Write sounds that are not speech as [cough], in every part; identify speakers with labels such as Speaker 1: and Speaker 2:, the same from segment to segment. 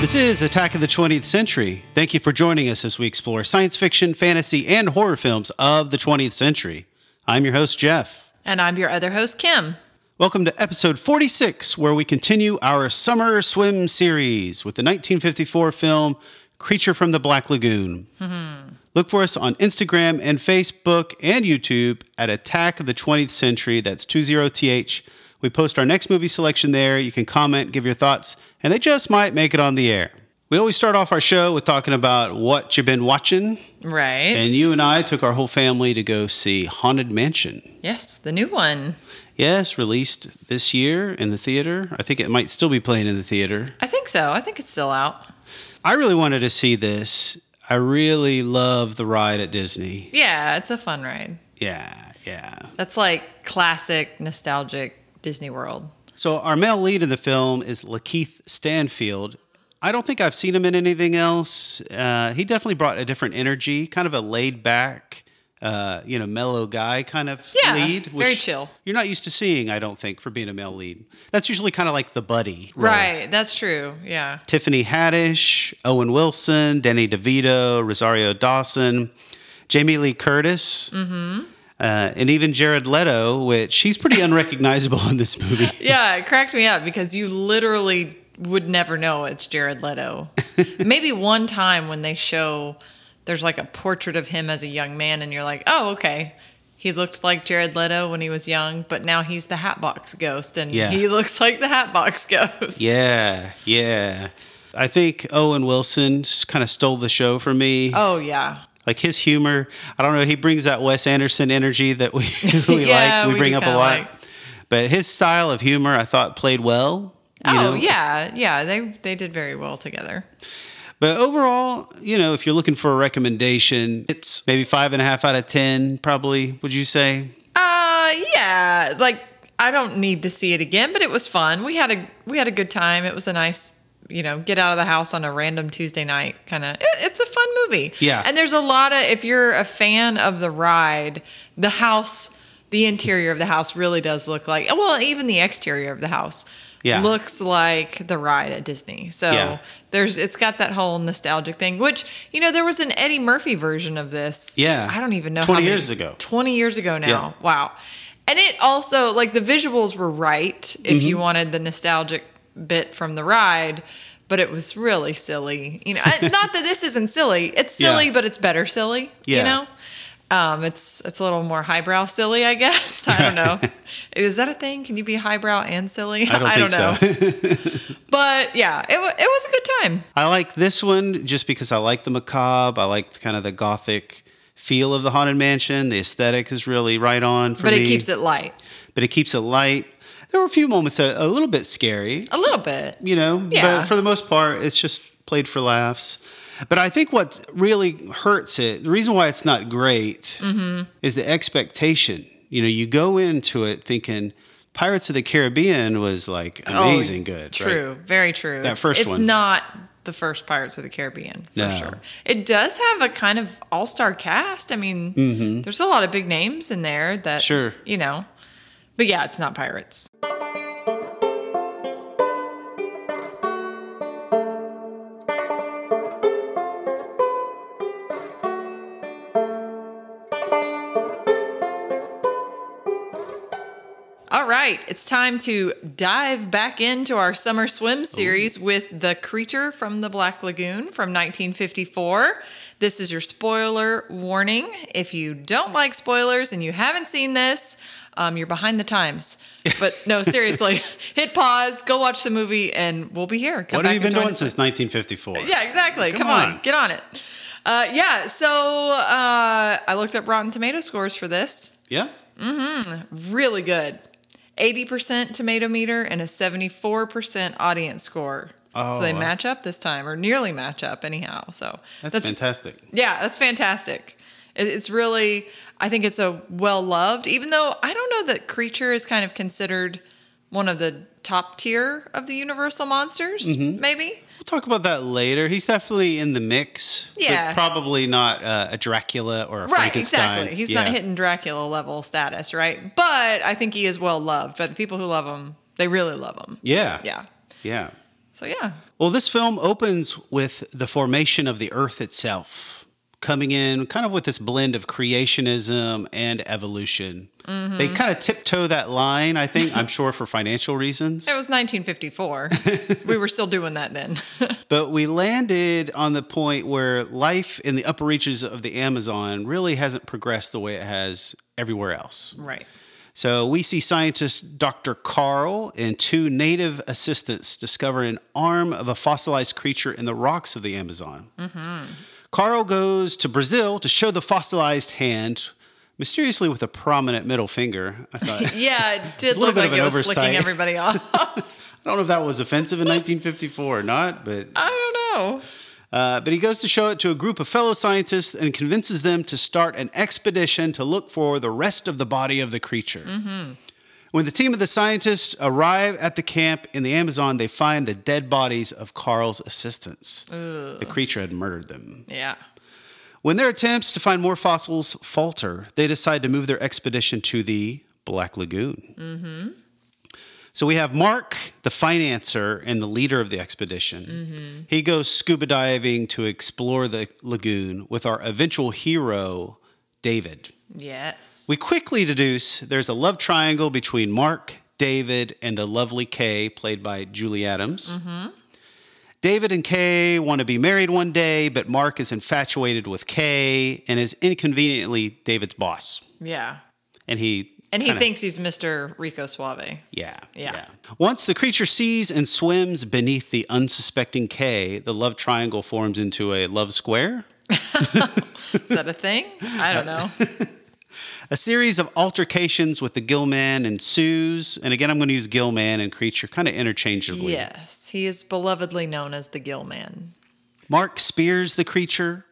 Speaker 1: This is Attack of the 20th Century. Thank you for joining us as we explore science fiction, fantasy, and horror films of the 20th century. I'm your host, Jeff.
Speaker 2: And I'm your other host, Kim.
Speaker 1: Welcome to episode 46, where we continue our Summer Swim series with the 1954 film Creature from the Black Lagoon. Look for us on Instagram and Facebook and YouTube at Attack of the 20th Century. That's 20th. We post our next movie selection there. You can comment, give your thoughts, and they just might make it on the air. We always start off our show with talking about what you've been watching.
Speaker 2: Right.
Speaker 1: And you and I took our whole family to go see Haunted Mansion.
Speaker 2: Yes, the new one.
Speaker 1: Yes, released this year in the theater. I think it might still be playing in the theater.
Speaker 2: I think so. I think it's still out.
Speaker 1: I really wanted to see this. I really love the ride at Disney.
Speaker 2: Yeah, it's a fun ride.
Speaker 1: Yeah, yeah.
Speaker 2: That's like classic, nostalgic Disney World.
Speaker 1: So our male lead in the film is Lakeith Stanfield. I don't think I've seen him in anything else. Uh, he definitely brought a different energy, kind of a laid back, uh, you know, mellow guy kind of
Speaker 2: Yeah,
Speaker 1: lead.
Speaker 2: very chill.
Speaker 1: You're not used to seeing, I don't think, for being a male lead. That's usually kind of like the buddy. role.
Speaker 2: Right. That's true.
Speaker 1: [laughs]
Speaker 2: Yeah.
Speaker 1: Tiffany Haddish, Owen Wilson, Danny DeVito, Rosario Dawson, Jamie Lee Curtis,
Speaker 2: Mm-hmm.
Speaker 1: uh, and even Jared Leto, which he's pretty unrecognizable in this
Speaker 2: [laughs]
Speaker 1: movie.
Speaker 2: Yeah, it cracked me up because you literally would never know it's
Speaker 1: [laughs]
Speaker 2: Jared Leto. Maybe one time when they show there's like a portrait of him as a young man and you're like, "Oh, okay. He looked like Jared Leto when he was young, but now he's the Hatbox Ghost and
Speaker 1: Yeah.
Speaker 2: he looks like the Hatbox Ghost."
Speaker 1: Yeah, yeah. I think Owen Wilson kind of stole the show for me.
Speaker 2: Oh, yeah.
Speaker 1: Like his humor, I don't know. He brings that Wes Anderson energy that we, [laughs] we
Speaker 2: [laughs] Yeah,
Speaker 1: like. We,
Speaker 2: we
Speaker 1: bring
Speaker 2: do
Speaker 1: up a
Speaker 2: kinda
Speaker 1: lot.
Speaker 2: like.
Speaker 1: But his style of humor, I thought, played well. you
Speaker 2: oh,
Speaker 1: know?
Speaker 2: yeah. Yeah, they they did very well together.
Speaker 1: But overall, you know, if you're looking for a recommendation, it's maybe five and a half out of ten. Probably, would you
Speaker 2: [laughs]
Speaker 1: say?
Speaker 2: Uh, yeah. Like I don't need to see it again, but it was fun. We had a we had a good time. It was a nice, you know, get out of the house on a random Tuesday night kind of. It, it's a fun movie.
Speaker 1: Yeah.
Speaker 2: And there's a lot of if you're a fan of the ride, the house, the interior of the house really does look like. Well, even the exterior of the house.
Speaker 1: Yeah.
Speaker 2: looks like the ride at Disney. So
Speaker 1: Yeah.
Speaker 2: there's it's got that whole nostalgic thing, which you know there was an Eddie Murphy version of this.
Speaker 1: Yeah.
Speaker 2: I don't even know
Speaker 1: 20
Speaker 2: how many-
Speaker 1: years ago.
Speaker 2: 20 years ago now. Wow. And it also, like, the visuals were right if you
Speaker 1: Mm-hmm.
Speaker 2: wanted the nostalgic bit from the ride, but it was really silly. You know,
Speaker 1: [laughs]
Speaker 2: I- not that this isn't silly. It's
Speaker 1: Yeah.
Speaker 2: silly, but it's better silly,
Speaker 1: Yeah.
Speaker 2: you know? Um, it's it's a little more highbrow silly, I guess. [laughs] I
Speaker 1: [laughs]
Speaker 2: don't know. Is that a thing? Can you be highbrow and silly? [laughs]
Speaker 1: I don't think so. [laughs]
Speaker 2: know. but yeah, it, wa- it was a good time.
Speaker 1: I like this one just because I like the macabre. I like kind of the gothic feel of the haunted mansion. The aesthetic is really right on for
Speaker 2: But
Speaker 1: me.
Speaker 2: it keeps it light
Speaker 1: but it keeps it light. There were a few moments that are a little bit scary,
Speaker 2: a little bit.
Speaker 1: you know,
Speaker 2: Yeah.
Speaker 1: but for the most part, it's just played for laughs. But I think what really hurts it, the reason why it's not great,
Speaker 2: Mm-hmm.
Speaker 1: is the expectation. You know, you go into it thinking Pirates of the Caribbean was like amazing good. right?
Speaker 2: Oh, True, very true. That
Speaker 1: first
Speaker 2: it's
Speaker 1: one.
Speaker 2: not the first Pirates of the Caribbean for
Speaker 1: No.
Speaker 2: sure. It does have a kind of all star cast. I mean, there's a lot of big names in there that
Speaker 1: Mm-hmm. Sure.
Speaker 2: you know. But yeah, it's not pirates. All right, it's time to dive back into our summer swim series with The Creature from the Black Lagoon from 1954. This is your spoiler warning. If you don't like spoilers and you haven't seen this, um, you're behind the times. But
Speaker 1: [laughs]
Speaker 2: no, seriously, hit pause, go watch the movie, and we'll be here. Come
Speaker 1: What have
Speaker 2: back
Speaker 1: you
Speaker 2: and
Speaker 1: been
Speaker 2: join
Speaker 1: doing
Speaker 2: us.
Speaker 1: since 1954?
Speaker 2: Yeah, exactly.
Speaker 1: Come
Speaker 2: Come, on.
Speaker 1: on.
Speaker 2: get on it. Uh, yeah, so uh, I looked up Rotten Tomato scores for this
Speaker 1: Yeah.
Speaker 2: really good. 80% tomato meter and a 74% audience score.
Speaker 1: Oh,
Speaker 2: so they
Speaker 1: wow.
Speaker 2: match up this time, or nearly match up, anyhow. So
Speaker 1: That's, fantastic.
Speaker 2: yeah, that's fantastic. It- It's really, I think it's a well loved, even though I don't know that Creature is kind of considered one of the top tier of the Universal monsters,
Speaker 1: Mm-hmm.
Speaker 2: maybe.
Speaker 1: We'll talk about that later. He's definitely in the mix. but
Speaker 2: Yeah.
Speaker 1: probably not uh, a Dracula or a
Speaker 2: Right,
Speaker 1: Frankenstein.
Speaker 2: exactly. He's
Speaker 1: Yeah.
Speaker 2: not hitting Dracula level status, right? But I think he is well loved. But the people who love him, they really love him.
Speaker 1: Yeah.
Speaker 2: Yeah.
Speaker 1: Yeah.
Speaker 2: So yeah,
Speaker 1: Well, this film opens with the formation of the Earth itself, coming in kind of with this blend of creationism and evolution.
Speaker 2: Mm-hmm.
Speaker 1: They kind of tiptoe that line, I think, I'm sure for financial reasons.
Speaker 2: it was 1954. we were still doing that then. [laughs]
Speaker 1: But we landed on the point where life in the upper reaches of the Amazon really hasn't progressed the way it has everywhere else.
Speaker 2: right.
Speaker 1: So we see scientist Dr. Carl and two native assistants discover an arm of a fossilized creature in the rocks of the Amazon. Carl goes to Brazil to show the fossilized hand, mysteriously with a prominent middle finger. I thought, I
Speaker 2: Yeah, it did
Speaker 1: a little
Speaker 2: look
Speaker 1: bit
Speaker 2: like
Speaker 1: of
Speaker 2: it
Speaker 1: an
Speaker 2: was
Speaker 1: oversight. [laughs]
Speaker 2: flicking everybody off. [laughs]
Speaker 1: don't know if that was offensive in 1954 or not, but
Speaker 2: I don't know.
Speaker 1: Uh, but he goes to show it to a group of fellow scientists and convinces them to start an expedition to look for the rest of the body of the creature. When the team of the scientists arrive at the camp in the Amazon, they find the dead bodies of Carl's assistants. The creature had murdered them.
Speaker 2: Yeah.
Speaker 1: When their attempts to find more fossils falter, they decide to move their expedition to the Black Lagoon. So we have Mark, the financier and the leader of the expedition. He goes scuba diving to explore the lagoon with our eventual hero, David.
Speaker 2: Yes.
Speaker 1: We quickly deduce there's a love triangle between Mark, David, and the lovely Kay, played by Julie Adams.
Speaker 2: Mm-hmm.
Speaker 1: David and Kay want to be married one day, but Mark is infatuated with Kay and is inconveniently David's boss.
Speaker 2: yeah.
Speaker 1: And he
Speaker 2: And he
Speaker 1: kinda-
Speaker 2: thinks he's Mr. Rico Suave.
Speaker 1: yeah,
Speaker 2: Yeah.
Speaker 1: Once the creature sees and swims beneath the unsuspecting Kay, the love triangle forms into a love square.
Speaker 2: Is that a thing? I
Speaker 1: [laughs]
Speaker 2: don't know.
Speaker 1: A series of altercations with the Gillman ensues, and again, I'm going to use Gillman and creature kind of interchangeably.
Speaker 2: yes. He is belovedly known as the Gill Man.
Speaker 1: Mark spears the creature.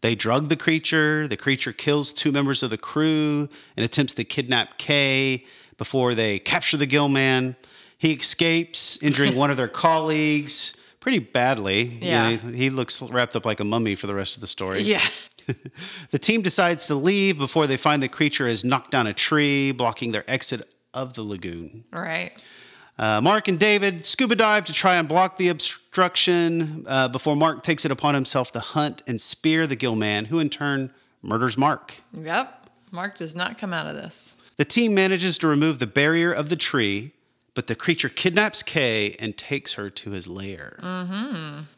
Speaker 1: They drug the creature. The creature kills two members of the crew and attempts to kidnap Kay before they capture the gill man. He escapes, injuring one
Speaker 2: [laughs]
Speaker 1: of their colleagues pretty badly. You know,
Speaker 2: Yeah.
Speaker 1: he looks wrapped up like a mummy for the rest of the story.
Speaker 2: Yeah.
Speaker 1: The team decides to leave before they find the creature has knocked down a tree, blocking their exit of the lagoon.
Speaker 2: Right.
Speaker 1: Uh, Mark and David scuba dive to try and block the obstruction uh, before Mark takes it upon himself to hunt and spear the gill man, who in turn murders Mark.
Speaker 2: Yep. Mark does not come out of this.
Speaker 1: The team manages to remove the barrier of the tree, but the creature kidnaps Kay and takes her to his lair.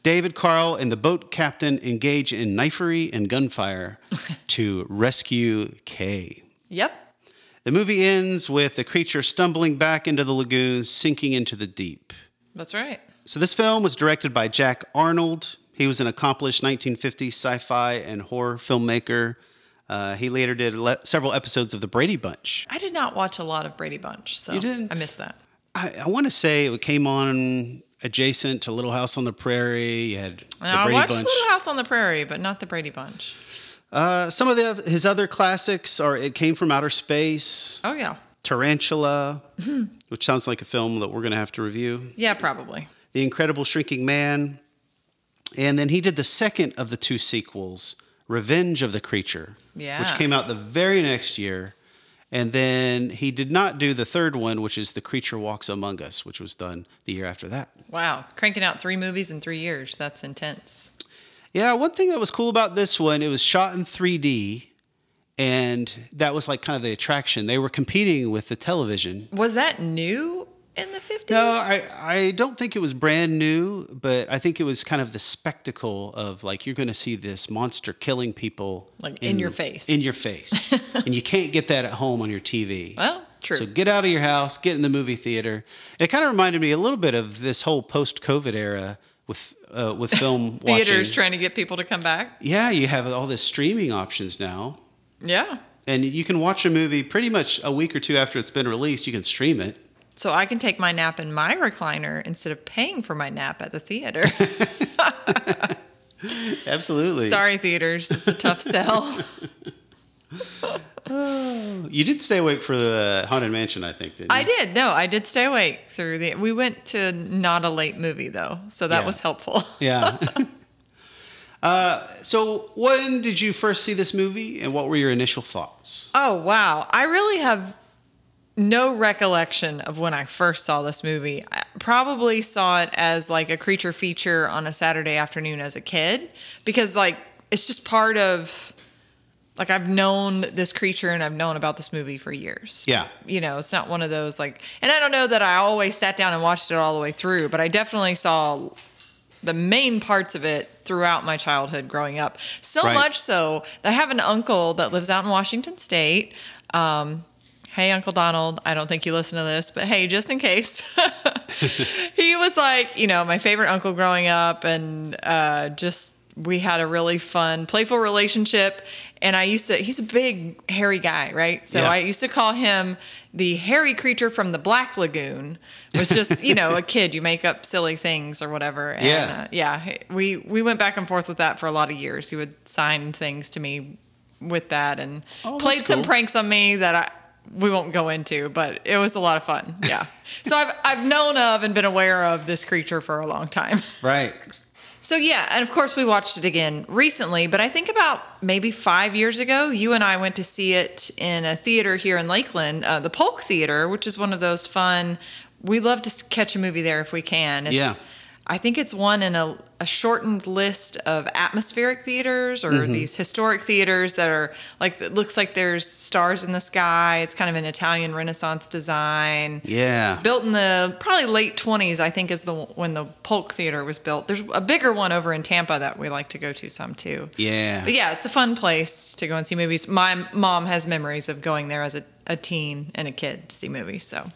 Speaker 1: David, Carl, and the boat captain engage in knifery and gunfire to rescue Kay.
Speaker 2: Yep.
Speaker 1: The movie ends with the creature stumbling back into the lagoon, sinking into the deep.
Speaker 2: That's right.
Speaker 1: So this film was directed by Jack Arnold. He was an accomplished 1950s sci-fi and horror filmmaker. Uh, he later did le- several episodes of The Brady Bunch.
Speaker 2: I did not watch a lot of Brady Bunch, so
Speaker 1: You didn't?
Speaker 2: I missed that.
Speaker 1: I, I want to say it came on adjacent to Little House on the Prairie. You had The
Speaker 2: I
Speaker 1: Brady
Speaker 2: watched
Speaker 1: Bunch.
Speaker 2: Little House on the Prairie, but not the Brady Bunch.
Speaker 1: Uh, some of the, his other classics are It Came from Outer Space,
Speaker 2: Oh yeah.
Speaker 1: Tarantula, which sounds like a film that we're going to have to review,
Speaker 2: Yeah, probably.
Speaker 1: The Incredible Shrinking Man, and then he did the second of the two sequels, Revenge of the Creature, which
Speaker 2: Yeah.
Speaker 1: came out the very next year. And then he did not do the third one, which is The Creature Walks Among Us, which was done the year after that.
Speaker 2: Wow. Cranking out three movies in three years. That's intense.
Speaker 1: Yeah, one thing that was cool about this one, it was shot in 3D, and that was like kind of the attraction. They were competing with the television.
Speaker 2: Was that new in the 50s?
Speaker 1: No, I, I don't think it was brand new, but I think it was kind of the spectacle of like you're going to see this monster killing people
Speaker 2: Like, in your face.
Speaker 1: in your
Speaker 2: [laughs]
Speaker 1: face, and you can't get that at home on your TV.
Speaker 2: Well, true.
Speaker 1: So get out of your house, get in the movie theater. It kind of reminded me a little bit of this whole post-COVID era with uh,
Speaker 2: [laughs]
Speaker 1: with film
Speaker 2: Theaters
Speaker 1: watching.
Speaker 2: trying to get people to come back.
Speaker 1: yeah, you have all this streaming options now,
Speaker 2: Yeah.
Speaker 1: and you can watch a movie pretty much a week or two after it's been released. You can stream it.
Speaker 2: So I can take my nap in my recliner instead of paying for my nap at
Speaker 1: [laughs]
Speaker 2: the theater.
Speaker 1: Absolutely.
Speaker 2: Sorry, theaters. It's
Speaker 1: [laughs]
Speaker 2: a tough sell.
Speaker 1: You did stay awake for the Haunted Mansion, I think, didn't you?
Speaker 2: I did. No, I did stay awake through the. We went to not a late movie though, so that
Speaker 1: Yeah.
Speaker 2: was helpful.
Speaker 1: Yeah.
Speaker 2: [laughs]
Speaker 1: [laughs] uh, so, when did you first see this movie, and what were your initial thoughts?
Speaker 2: Oh, wow. I really have no recollection of when I first saw this movie. I- probably saw it as like a creature feature on a Saturday afternoon as a kid because like it's just part of like I've known this creature and I've known about this movie for years.
Speaker 1: Yeah.
Speaker 2: You know, it's not one of those like and I don't know that I always sat down and watched it all the way through, but I definitely saw the main parts of it throughout my childhood growing up. So
Speaker 1: Right.
Speaker 2: much so that I have an uncle that lives out in Washington State. Um, hey, Uncle Donald, I don't think you listen to this, but hey, just in case. [laughs] he was like, you know, my favorite uncle growing up, and uh, just we had a really fun, playful relationship. And I used to, he's a big, hairy guy, right? So
Speaker 1: Yeah.
Speaker 2: I used to call him the hairy creature from the Black Lagoon. It was just, you know, a kid, you make up silly things or whatever. And,
Speaker 1: Yeah.
Speaker 2: uh, yeah. We, we went back and forth with that for a lot of years. He would sign things to me with that and
Speaker 1: Oh,
Speaker 2: played
Speaker 1: that's
Speaker 2: some
Speaker 1: cool.
Speaker 2: pranks on me that I we won't go into, but it was a lot of fun.
Speaker 1: [laughs]
Speaker 2: Yeah. so I've I've known of and been aware of this creature for a long time.
Speaker 1: Right.
Speaker 2: So yeah, and of course we watched it again recently, but I think about maybe five years ago, you and I went to see it in a theater here in Lakeland, uh, the Polk Theater, which is one of those fun. We love to s- catch a movie there if we can. It's,
Speaker 1: Yeah.
Speaker 2: I think it's one in a, a shortened list of atmospheric theaters or these historic theaters that are like it looks like there's stars in the sky. It's kind of an Italian Renaissance design
Speaker 1: Yeah.
Speaker 2: built in the probably late 20s i think is the when the polk theater was built there's a bigger one over in tampa that we like to go to some too
Speaker 1: Yeah.
Speaker 2: but yeah it's a fun place to go and see movies my mom has memories of going there as a, a teen and a kid to see movies so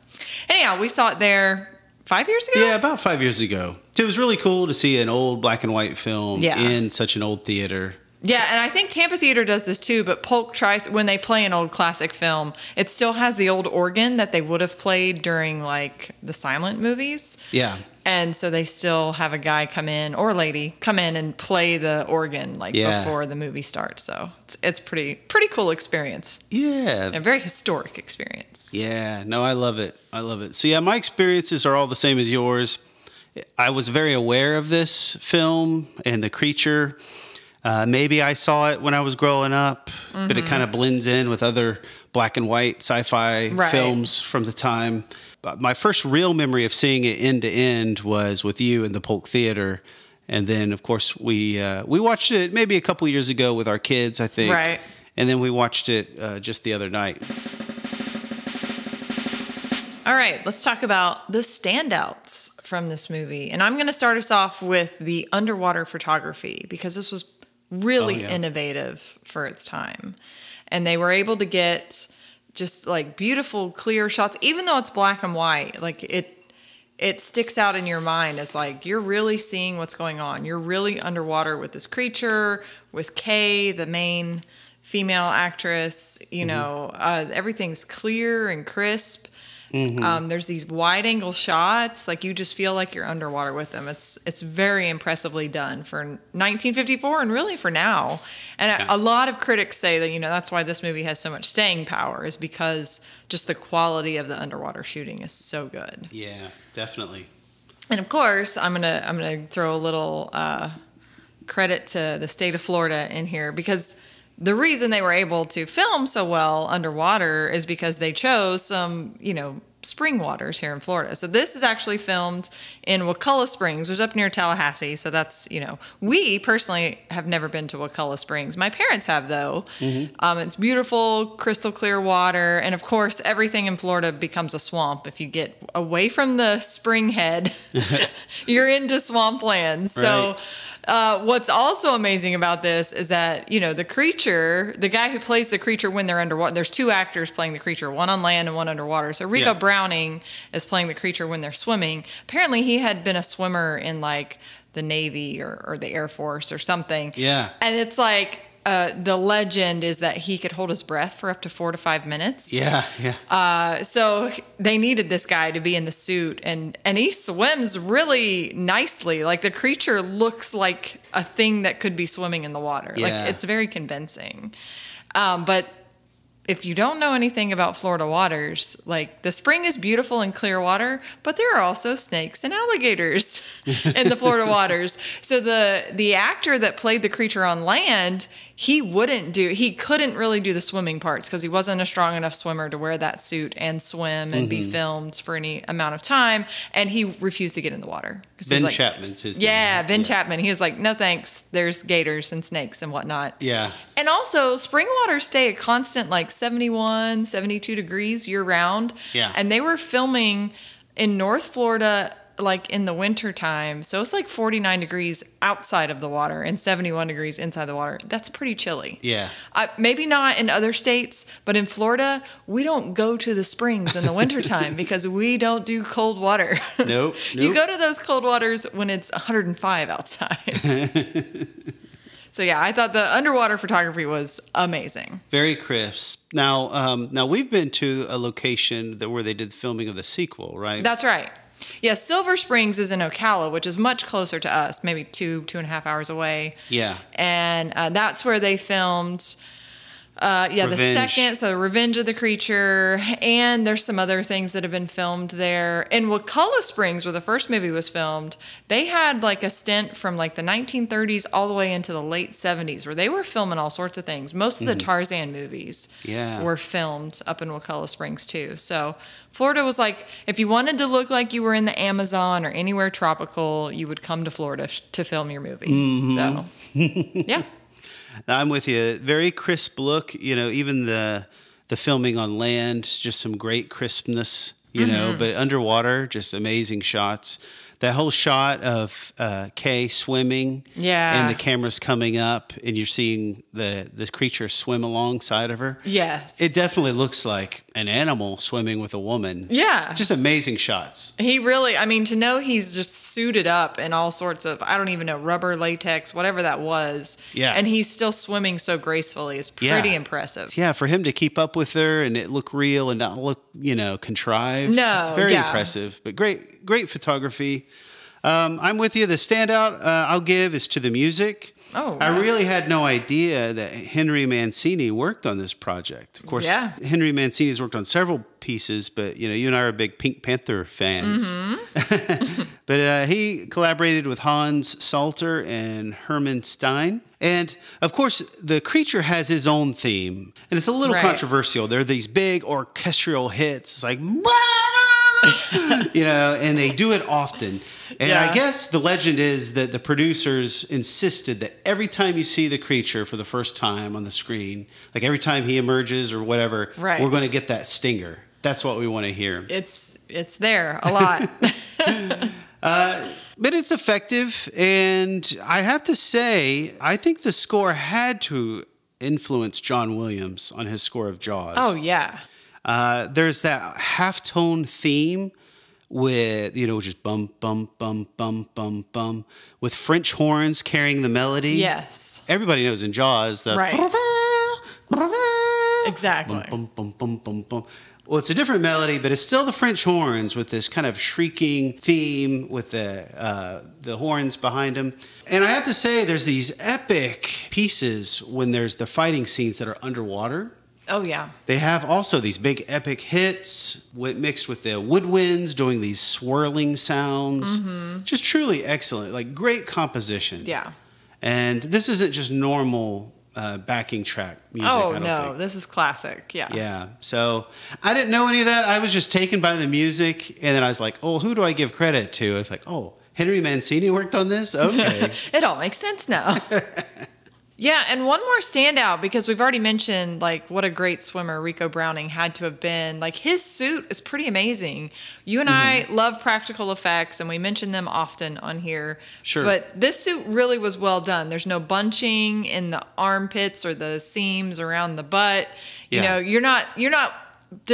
Speaker 2: anyhow we saw it there five years ago
Speaker 1: Yeah, about five years ago. It was really cool to see an old black and white film
Speaker 2: Yeah.
Speaker 1: in such an old theater.
Speaker 2: Yeah, and I think Tampa Theater does this too, but Polk tries when they play an old classic film, it still has the old organ that they would have played during like the silent movies.
Speaker 1: Yeah.
Speaker 2: And so they still have a guy come in or lady come in and play the organ like
Speaker 1: Yeah.
Speaker 2: before the movie starts. So it's, it's pretty pretty cool experience.
Speaker 1: Yeah.
Speaker 2: A very historic experience.
Speaker 1: Yeah, no, I love it. I love it. So yeah, my experiences are all the same as yours. I was very aware of this film and the creature. Uh, maybe I saw it when I was growing up, but
Speaker 2: Mm-hmm.
Speaker 1: it kind of blends in with other black and white sci-fi
Speaker 2: Right.
Speaker 1: films from the time. But my first real memory of seeing it end to end was with you in the Polk Theater, and then of course we uh, we watched it maybe a couple years ago with our kids, I think.
Speaker 2: Right.
Speaker 1: And then we watched it uh, just the other night.
Speaker 2: All right, let's talk about the standouts from this movie. And I'm going to start us off with the underwater photography because this was really
Speaker 1: Oh, yeah.
Speaker 2: innovative for its time. And they were able to get just like beautiful clear shots even though it's black and white, like it it sticks out in your mind as like you're really seeing what's going on. You're really underwater with this creature, with Kay, the main female actress.
Speaker 1: Mm-hmm.
Speaker 2: You know, uh, everything's clear and crisp. Um, there's these wide angle shots, like you just feel like you're underwater with them. It's it's very impressively done for 1954 and really for now. And a, a lot of critics say that you know that's why this movie has so much staying power is because just the quality of the underwater shooting is so good.
Speaker 1: Yeah, definitely.
Speaker 2: And of course, I'm gonna I'm gonna throw a little uh, credit to the state of Florida in here because the reason they were able to film so well underwater is because they chose some you know spring waters here in Florida. So this is actually filmed in Wakulla Springs, which is up near Tallahassee. So that's you know we personally have never been to Wakulla Springs. My parents have though. Um, it's beautiful, crystal clear water, and of course everything in Florida becomes a swamp if you get away from the spring head. [laughs] you're into swampland. So.
Speaker 1: Right.
Speaker 2: Uh, what's also amazing about this is that you know the creature, the guy who plays the creature when they're underwater. There's two actors playing the creature, one on land and one underwater. So Rico
Speaker 1: Yeah.
Speaker 2: Browning is playing the creature when they're swimming. Apparently, he had been a swimmer in like the Navy or, or the Air Force or something.
Speaker 1: Yeah.
Speaker 2: and it's like. Uh, the legend is that he could hold his breath for up to four to five minutes.
Speaker 1: Yeah, yeah.
Speaker 2: So they needed this guy to be in the suit, and and he swims really nicely. Like the creature looks like a thing that could be swimming in the water.
Speaker 1: Yeah.
Speaker 2: Like it's very convincing. Um, but if you don't know anything about Florida waters, like the spring is beautiful and clear water, but there are also snakes and alligators [laughs] in the Florida waters. So the the actor that played the creature on land, he wouldn't do he couldn't really do the swimming parts because he wasn't a strong enough swimmer to wear that suit and swim and be filmed for any amount of time and he refused to get in the water. 'Cause he's
Speaker 1: Ben
Speaker 2: like-
Speaker 1: Chapman's his
Speaker 2: Yeah,
Speaker 1: name.
Speaker 2: Ben Chapman. He was like, "No thanks. There's gators and snakes and whatnot."
Speaker 1: Yeah.
Speaker 2: And also, spring waters stay at constant like 71, 72 degrees year round.
Speaker 1: Yeah.
Speaker 2: And they were filming in North Florida like in the winter time. So it's like 49 degrees outside of the water and 71 degrees inside the water. That's pretty chilly.
Speaker 1: Yeah.
Speaker 2: Uh, maybe not in other states, but in Florida, we don't go to the springs in the
Speaker 1: [laughs]
Speaker 2: wintertime because we don't do cold water.
Speaker 1: Nope.
Speaker 2: You
Speaker 1: nope.
Speaker 2: go to those cold waters when it's
Speaker 1: [laughs]
Speaker 2: 105 outside. so yeah, I thought the underwater photography was amazing.
Speaker 1: Very crisp. Now, um, now we've been to a location that where they did the filming of the sequel, right?
Speaker 2: That's right. Yeah, Silver Springs is in Ocala, which is much closer to us, maybe two, two and a half hours away.
Speaker 1: yeah.
Speaker 2: And uh, that's where they filmed, uh, yeah,
Speaker 1: Revenge.
Speaker 2: the second, so Revenge of the Creature. And there's some other things that have been filmed there. In Wakulla Springs, where the first movie was filmed, they had like a stint from like the 1930s all the way into the late 70s where they were filming all sorts of things. Most of the Tarzan movies
Speaker 1: Hmm. Yeah.
Speaker 2: were filmed up in Wakulla Springs too. So Florida was like, if you wanted to look like you were in the Amazon or anywhere tropical, you would come to Florida sh- to film your movie.
Speaker 1: Mm-hmm. [laughs]
Speaker 2: So, yeah,
Speaker 1: I'm with you. Very crisp look. You know, even the the filming on land, just some great crispness. You
Speaker 2: Mm-hmm.
Speaker 1: know, but underwater, just amazing shots. That whole shot of uh, Kay swimming,
Speaker 2: Yeah.
Speaker 1: and the camera's coming up, and you're seeing the the creature swim alongside of her.
Speaker 2: yes,
Speaker 1: It definitely looks like an animal swimming with a woman.
Speaker 2: Yeah,
Speaker 1: Just amazing shots.
Speaker 2: he really. I mean, to know he's just suited up in all sorts of I don't even know rubber, latex, whatever that was.
Speaker 1: Yeah.
Speaker 2: and he's still swimming so gracefully is
Speaker 1: Yeah. [laughs]
Speaker 2: pretty impressive.
Speaker 1: Yeah, for him to keep up with her and it look real and not look, you know, contrived.
Speaker 2: No,
Speaker 1: very
Speaker 2: yeah.
Speaker 1: impressive. But great, great photography. Um, I'm with you. The standout uh, I'll give is to the music.
Speaker 2: Oh,
Speaker 1: I
Speaker 2: wow.
Speaker 1: really had no idea that Henry Mancini worked on this project. Of course,
Speaker 2: Yeah.
Speaker 1: Henry Mancini's worked on several pieces, but you know, you and I are big Pink Panther
Speaker 2: Mm-hmm.
Speaker 1: fans. But uh, he collaborated with Hans Salter and Herman Stein. And of course, the creature has his own theme, and it's a little
Speaker 2: Right.
Speaker 1: controversial. There are these big orchestral hits. It's like, you know, and they do it often. And I
Speaker 2: Yeah.
Speaker 1: guess the legend is that the producers insisted that every time you see the creature for the first time on the screen, like every time he emerges or whatever,
Speaker 2: Right.
Speaker 1: we're going to get that stinger. That's what we want to hear.
Speaker 2: It's it's there a
Speaker 1: [laughs]
Speaker 2: lot.
Speaker 1: But it's effective, and I have to say, I think the score had to influence John Williams on his score of Jaws.
Speaker 2: oh yeah,
Speaker 1: Uh, there's that halftone theme with you know just bum bum bum bum bum bum with French horns carrying the melody.
Speaker 2: yes,
Speaker 1: everybody knows in Jaws the [laughs]
Speaker 2: right, exactly.
Speaker 1: bum, bum, bum, bum, bum. Well, it's a different melody, but it's still the French horns with this kind of shrieking theme with the uh, the horns behind them. And I have to say, there's these epic pieces when there's the fighting scenes that are underwater.
Speaker 2: Oh yeah.
Speaker 1: They have also these big epic hits wi- mixed with the woodwinds doing these swirling sounds. Just truly excellent, like great composition.
Speaker 2: Mm-hmm. Yeah.
Speaker 1: And this isn't just normal uh, backing track music. I
Speaker 2: Oh
Speaker 1: don't
Speaker 2: no,
Speaker 1: think.
Speaker 2: this is classic. Yeah.
Speaker 1: Yeah. So I didn't know any of that. I was just taken by the music. And then I was like, oh, who do I give credit to? It's like, oh, Henry Mancini worked on this?
Speaker 2: [laughs]
Speaker 1: Okay.
Speaker 2: It all makes sense
Speaker 1: [laughs]
Speaker 2: now. yeah, and one more standout because we've already mentioned like what a great swimmer Rico Browning had to have been. Like his suit is pretty amazing. You and
Speaker 1: Mm-hmm.
Speaker 2: I love practical effects and we mention them often on here.
Speaker 1: Sure.
Speaker 2: But this suit really was well done. There's no bunching in the armpits or the seams around the butt. You
Speaker 1: Yeah.
Speaker 2: know, you're not you're not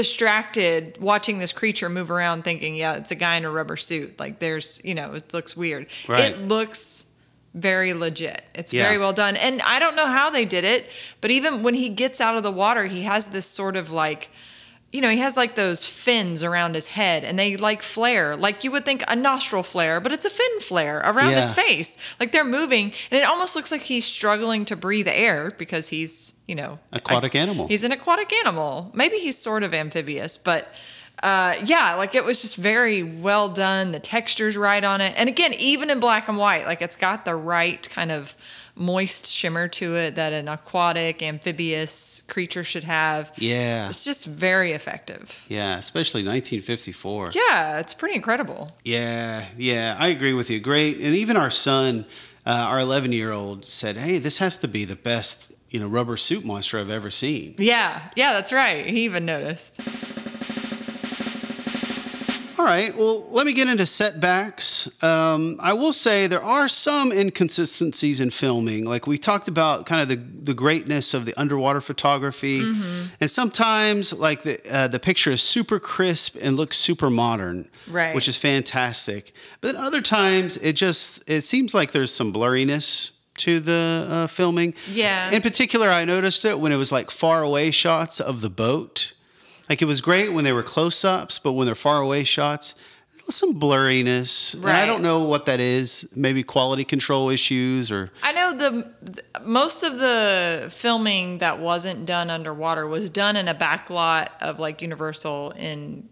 Speaker 2: distracted watching this creature move around thinking, yeah, it's a guy in a rubber suit. Like there's, you know, it looks weird.
Speaker 1: Right.
Speaker 2: It looks very legit. It's
Speaker 1: Yeah.
Speaker 2: very well done. And I don't know how they did it, but even when he gets out of the water, he has this sort of like you know, he has like those fins around his head and they like flare, like you would think a nostril flare, but it's a fin flare around his
Speaker 1: Yeah.
Speaker 2: face. Like they're moving and it almost looks like he's struggling to breathe air because he's, you know,
Speaker 1: Aquatic animal.
Speaker 2: He's an aquatic animal. Maybe he's sort of amphibious, but uh, yeah, like it was just very well done. The texture's right on it. And again, even in black and white, like it's got the right kind of moist shimmer to it that an aquatic, amphibious creature should have.
Speaker 1: Yeah.
Speaker 2: It's just very effective.
Speaker 1: Yeah, especially 1954.
Speaker 2: Yeah, it's pretty incredible.
Speaker 1: Yeah, yeah, I agree with you. Great, and even our son, uh, our eleven-year-old, said, "Hey, this has to be the best, you know, rubber suit monster I've ever seen."
Speaker 2: Yeah, yeah, that's right. He even noticed.
Speaker 1: All right, well, let me get into setbacks. Um, I will say there are some inconsistencies in filming. Like we talked about, kind of the the greatness of the underwater photography,
Speaker 2: Mm-hmm.
Speaker 1: and sometimes like the uh, the picture is super crisp and looks super modern,
Speaker 2: Right.
Speaker 1: Which is fantastic. But then other times it just it seems like there's some blurriness to the uh, filming.
Speaker 2: Yeah.
Speaker 1: In particular, I noticed it when it was like far away shots of the boat. Like it was great when they were close ups, but when they're far away shots, some blurriness. And I
Speaker 2: Right.
Speaker 1: don't know what that is. Maybe quality control issues or
Speaker 2: I know the, th- most of the filming that wasn't done underwater was done in a back lot of like Universal in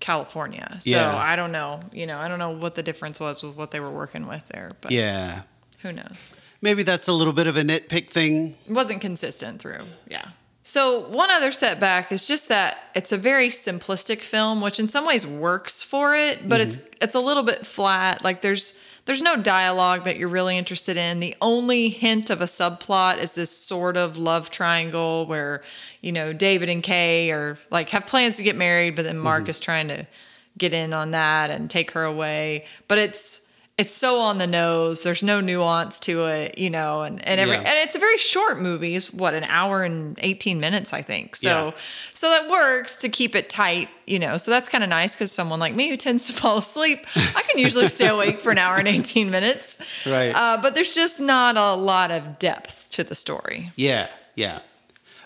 Speaker 2: California. So
Speaker 1: Yeah.
Speaker 2: I don't know, you know, I don't know what the difference was with what they were working with there, but
Speaker 1: yeah.
Speaker 2: who knows?
Speaker 1: Maybe that's a little bit of a nitpick thing.
Speaker 2: It wasn't consistent through. Yeah. So one other setback is just that it's a very simplistic film, which in some ways works for it, but it's it's a little bit flat. Like there's there's no dialogue that you're really interested in. The only hint of a subplot is this sort of love triangle where, you know, David and Kay are like have plans to get married, but then Mark is trying to get in on that and take her away. But it's it's so on the nose. There's no nuance to it, you know, and, and every
Speaker 1: Yeah.
Speaker 2: and and it's a very short movie. It's what an hour and eighteen minutes, I think. So
Speaker 1: Yeah.
Speaker 2: so that works to keep it tight, you know. So that's kind of nice because someone like me who tends to [laughs] fall asleep, I can usually stay awake for an hour and eighteen minutes.
Speaker 1: Right.
Speaker 2: Uh, but there's just not a lot of depth to the story.
Speaker 1: Yeah, yeah.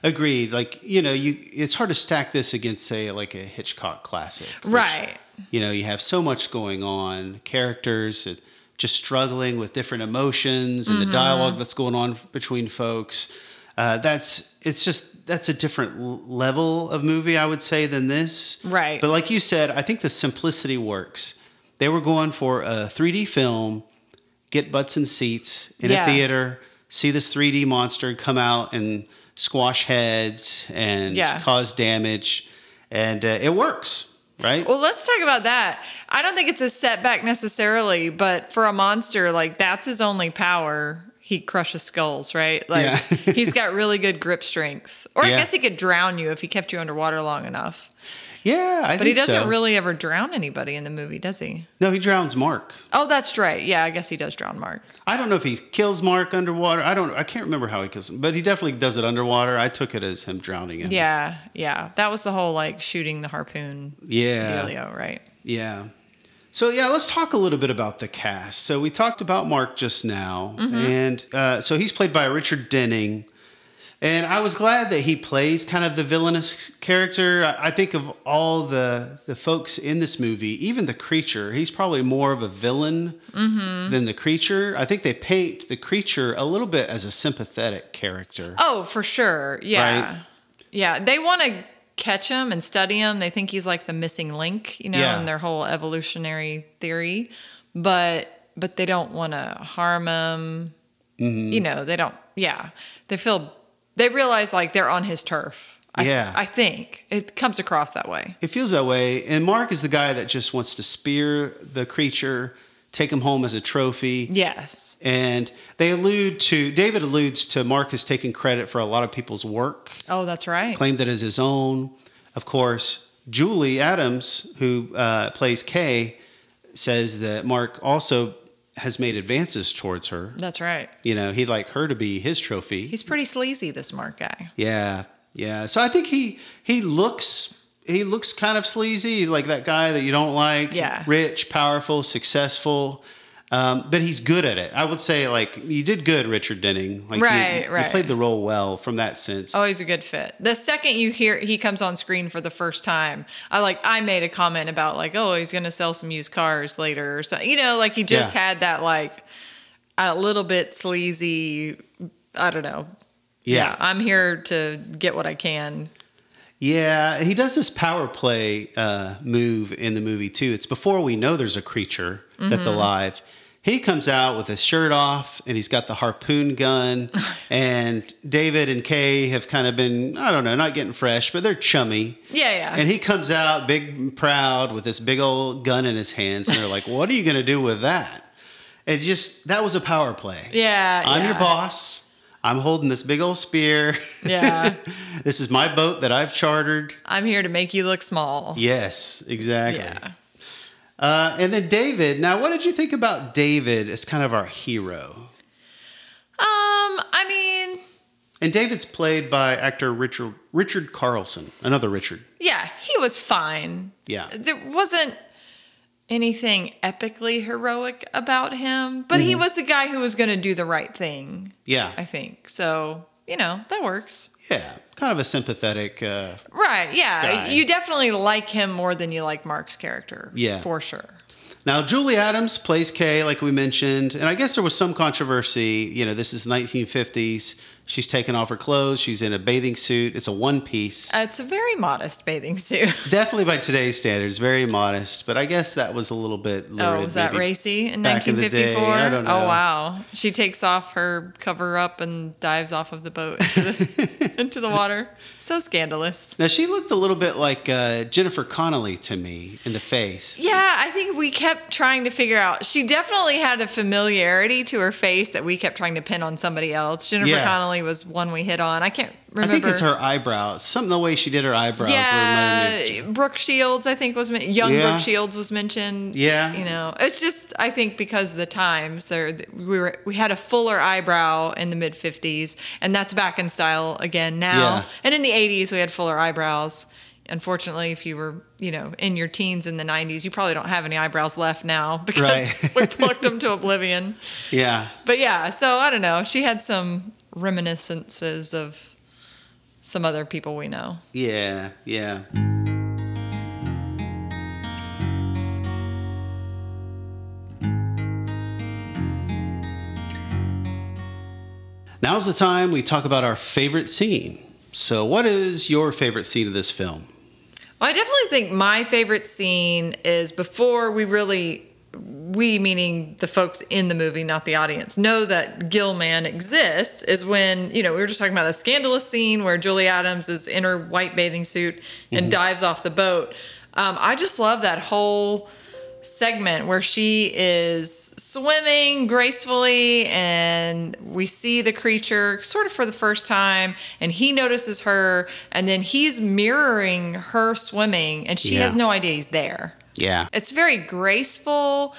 Speaker 1: Agreed. Like, you know, you it's hard to stack this against say like a Hitchcock classic. which,
Speaker 2: Right.
Speaker 1: You know, you have so much going on, characters that- just struggling with different emotions
Speaker 2: Mm-hmm.
Speaker 1: and the dialogue that's going on between folks. Uh, that's it's just that's a different l- level of movie I would say than this.
Speaker 2: Right.
Speaker 1: But like you said, I think the simplicity works. They were going for a 3D film, get butts and seats in
Speaker 2: Yeah.
Speaker 1: a theater, see this 3D monster come out and squash heads and
Speaker 2: Yeah.
Speaker 1: cause damage, and uh, it works, right?
Speaker 2: Well, let's talk about that. I don't think it's a setback necessarily, but for a monster, like that's his only power. He crushes skulls, right? Like
Speaker 1: Yeah. [laughs]
Speaker 2: he's got really good grip strength. Or I
Speaker 1: Yeah.
Speaker 2: guess he could drown you if he kept you underwater long enough.
Speaker 1: yeah, I
Speaker 2: But he
Speaker 1: think
Speaker 2: doesn't
Speaker 1: so.
Speaker 2: really ever drown anybody in the movie, does he?
Speaker 1: No, he drowns Mark.
Speaker 2: Oh, that's right. Yeah, I guess he does drown Mark.
Speaker 1: I don't know if he kills Mark underwater. I don't. I can't remember how he kills him, but he definitely does it underwater. I took it as him drowning him.
Speaker 2: Yeah, yeah. That was the whole like shooting the harpoon
Speaker 1: Yeah.
Speaker 2: dealio, right?
Speaker 1: Yeah. So yeah, let's talk a little bit about the cast. So we talked about Mark just now, and uh, so he's played by Richard Denning, and I was glad that he plays kind of the villainous character. I, I think of all the the folks in this movie, even the creature, he's probably more of a villain than the creature. I think they paint the creature a little bit as a sympathetic character.
Speaker 2: Oh, for sure. Yeah.
Speaker 1: Right.
Speaker 2: Yeah. They want to catch him and study him. They think he's like the missing link, you know,
Speaker 1: Yeah.
Speaker 2: in their whole evolutionary theory. But but they don't want to harm him.
Speaker 1: Mm-hmm.
Speaker 2: You know, they don't. Yeah. They feel they realize like they're on his turf. I,
Speaker 1: Yeah.
Speaker 2: I think it comes across that way.
Speaker 1: It feels that way. And Mark is the guy that just wants to spear the creature, take him home as a trophy.
Speaker 2: Yes.
Speaker 1: And they allude to, David alludes to Mark as taking credit for a lot of people's work,
Speaker 2: Oh, that's right.
Speaker 1: claimed it as his own. Of course, Julie Adams, who uh, plays Kay, says that Mark also has made advances towards her.
Speaker 2: That's right.
Speaker 1: You know, he'd like her to be his trophy.
Speaker 2: He's pretty sleazy, this Mark guy.
Speaker 1: Yeah, yeah. So I think he he looks he looks kind of sleazy, like that guy that you don't like.
Speaker 2: Yeah.
Speaker 1: Rich, powerful, successful. Um, but he's good at it. I would say, like, you did good, Richard Denning. Like, you-
Speaker 2: Right,
Speaker 1: you,
Speaker 2: right.
Speaker 1: played the role well from that sense.
Speaker 2: Always a good fit. The second you hear he comes on screen for the first time, I like I made a comment about like, oh, he's gonna sell some used cars later or something. You know, like he just
Speaker 1: Yeah.
Speaker 2: had that like a little bit sleazy. I don't know.
Speaker 1: yeah.
Speaker 2: I'm here to get what I can.
Speaker 1: Yeah, he does this power play uh, move in the movie too. It's before we know there's a creature that's
Speaker 2: Mm-hmm.
Speaker 1: alive. He comes out with his shirt off and he's got the harpoon
Speaker 2: [laughs]
Speaker 1: gun. and David and Kay have kind of been, I don't know, not getting fresh, but they're chummy.
Speaker 2: Yeah, yeah.
Speaker 1: And he comes out big and proud with this big old gun in his hands. And they're like, [laughs] what are you going to do with that? It just, that was a power play.
Speaker 2: yeah,
Speaker 1: I'm your
Speaker 2: yeah.
Speaker 1: boss. I'm holding this big old spear. [laughs]
Speaker 2: Yeah,
Speaker 1: this is my boat that I've chartered.
Speaker 2: I'm here to make you look small.
Speaker 1: Yes, exactly.
Speaker 2: Yeah.
Speaker 1: Uh, and then David. Now, what did you think about David as kind of our hero?
Speaker 2: Um, I mean,
Speaker 1: And David's played by actor Richard Richard Carlson, another Richard.
Speaker 2: yeah, he was fine.
Speaker 1: Yeah.
Speaker 2: There wasn't anything epically heroic about him, but
Speaker 1: Mm-hmm.
Speaker 2: he was the guy who was going to do the right thing, I
Speaker 1: Yeah,
Speaker 2: think. So, you know, that works.
Speaker 1: yeah, kind of a sympathetic. Uh,
Speaker 2: Right. Yeah.
Speaker 1: Guy.
Speaker 2: You definitely like him more than you like Mark's character.
Speaker 1: Yeah.
Speaker 2: For sure.
Speaker 1: now, Julie Adams plays Kay, like we mentioned, and I guess there was some controversy. You know, this is the 1950s. She's taken off her clothes. She's in a bathing suit. It's a one
Speaker 2: [laughs]
Speaker 1: piece.
Speaker 2: Uh, it's a very modest bathing suit.
Speaker 1: Definitely by today's standards, very modest. But I guess that was a little bit.
Speaker 2: Oh,
Speaker 1: Lurid,
Speaker 2: was that
Speaker 1: maybe.
Speaker 2: racy in
Speaker 1: back in the day,
Speaker 2: 1954?
Speaker 1: I don't know.
Speaker 2: Oh, wow. She takes off her cover up and dives off of the boat
Speaker 1: [laughs]
Speaker 2: into the, [laughs] into the water. So scandalous.
Speaker 1: Now she looked a little bit like uh, Jennifer Connolly to me in the face.
Speaker 2: Yeah, I think we kept trying to figure out. She definitely had a familiarity to her face that we kept trying to pin on somebody else. Jennifer
Speaker 1: Yeah.
Speaker 2: Connelly was one we hit on. I can't remember.
Speaker 1: I think it's her eyebrows. Something the way she did her eyebrows. reminded me
Speaker 2: Yeah,
Speaker 1: of-
Speaker 2: Brooke Shields, I think was men- young
Speaker 1: Yeah.
Speaker 2: Brooke Shields was mentioned.
Speaker 1: Yeah.
Speaker 2: you know, it's just I think because of the times there, we were we had a fuller eyebrow in the mid '50s, and that's back in style again now.
Speaker 1: Yeah.
Speaker 2: And in the '80s, we had fuller eyebrows. Unfortunately, if you were you know in your teens in the '90s, you probably don't have any eyebrows left now [laughs] because
Speaker 1: Right.
Speaker 2: we plucked them to oblivion.
Speaker 1: yeah.
Speaker 2: But yeah, so I don't know. She had some reminiscences of some other people we know.
Speaker 1: Yeah. Yeah. Now's the time we talk about our favorite scene. So, what is your favorite scene of this film?
Speaker 2: Well, I definitely think my favorite scene is before we really we meaning the folks in the movie, not the audience, know that Gilman exists is when, you know, we were just talking about the scandalous scene where Julie Adams is in her white bathing suit and dives off the boat. Um, I just love that whole segment where she is swimming gracefully and we see the creature sort of for the first time and he notices her and then he's mirroring her swimming and she has
Speaker 1: Yeah.
Speaker 2: no idea he's there.
Speaker 1: Yeah. Mm-hmm.
Speaker 2: It's very graceful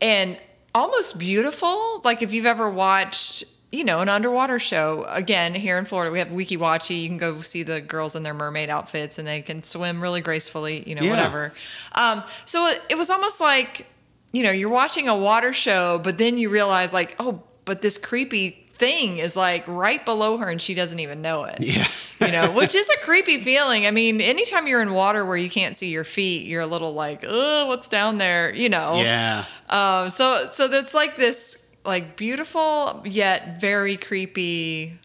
Speaker 2: and almost beautiful. Like if you've ever watched, you know, an underwater show. Again, here in Florida, we have Wiki Watchy. You can go see the girls in their mermaid outfits, and they can swim really gracefully. You know,
Speaker 1: Yeah.
Speaker 2: whatever. Um, so it, it was almost like, you know, you're watching a water show, but then you realize, like, oh, but this creepy thing is like right below her, and she doesn't even know it
Speaker 1: Yeah.
Speaker 2: you know, which is a creepy feeling. I mean, anytime you're in water where you can't see your feet, you're a little like, oh, what's down there? You know.
Speaker 1: Yeah.
Speaker 2: Um, so so that's like this like beautiful yet very creepy,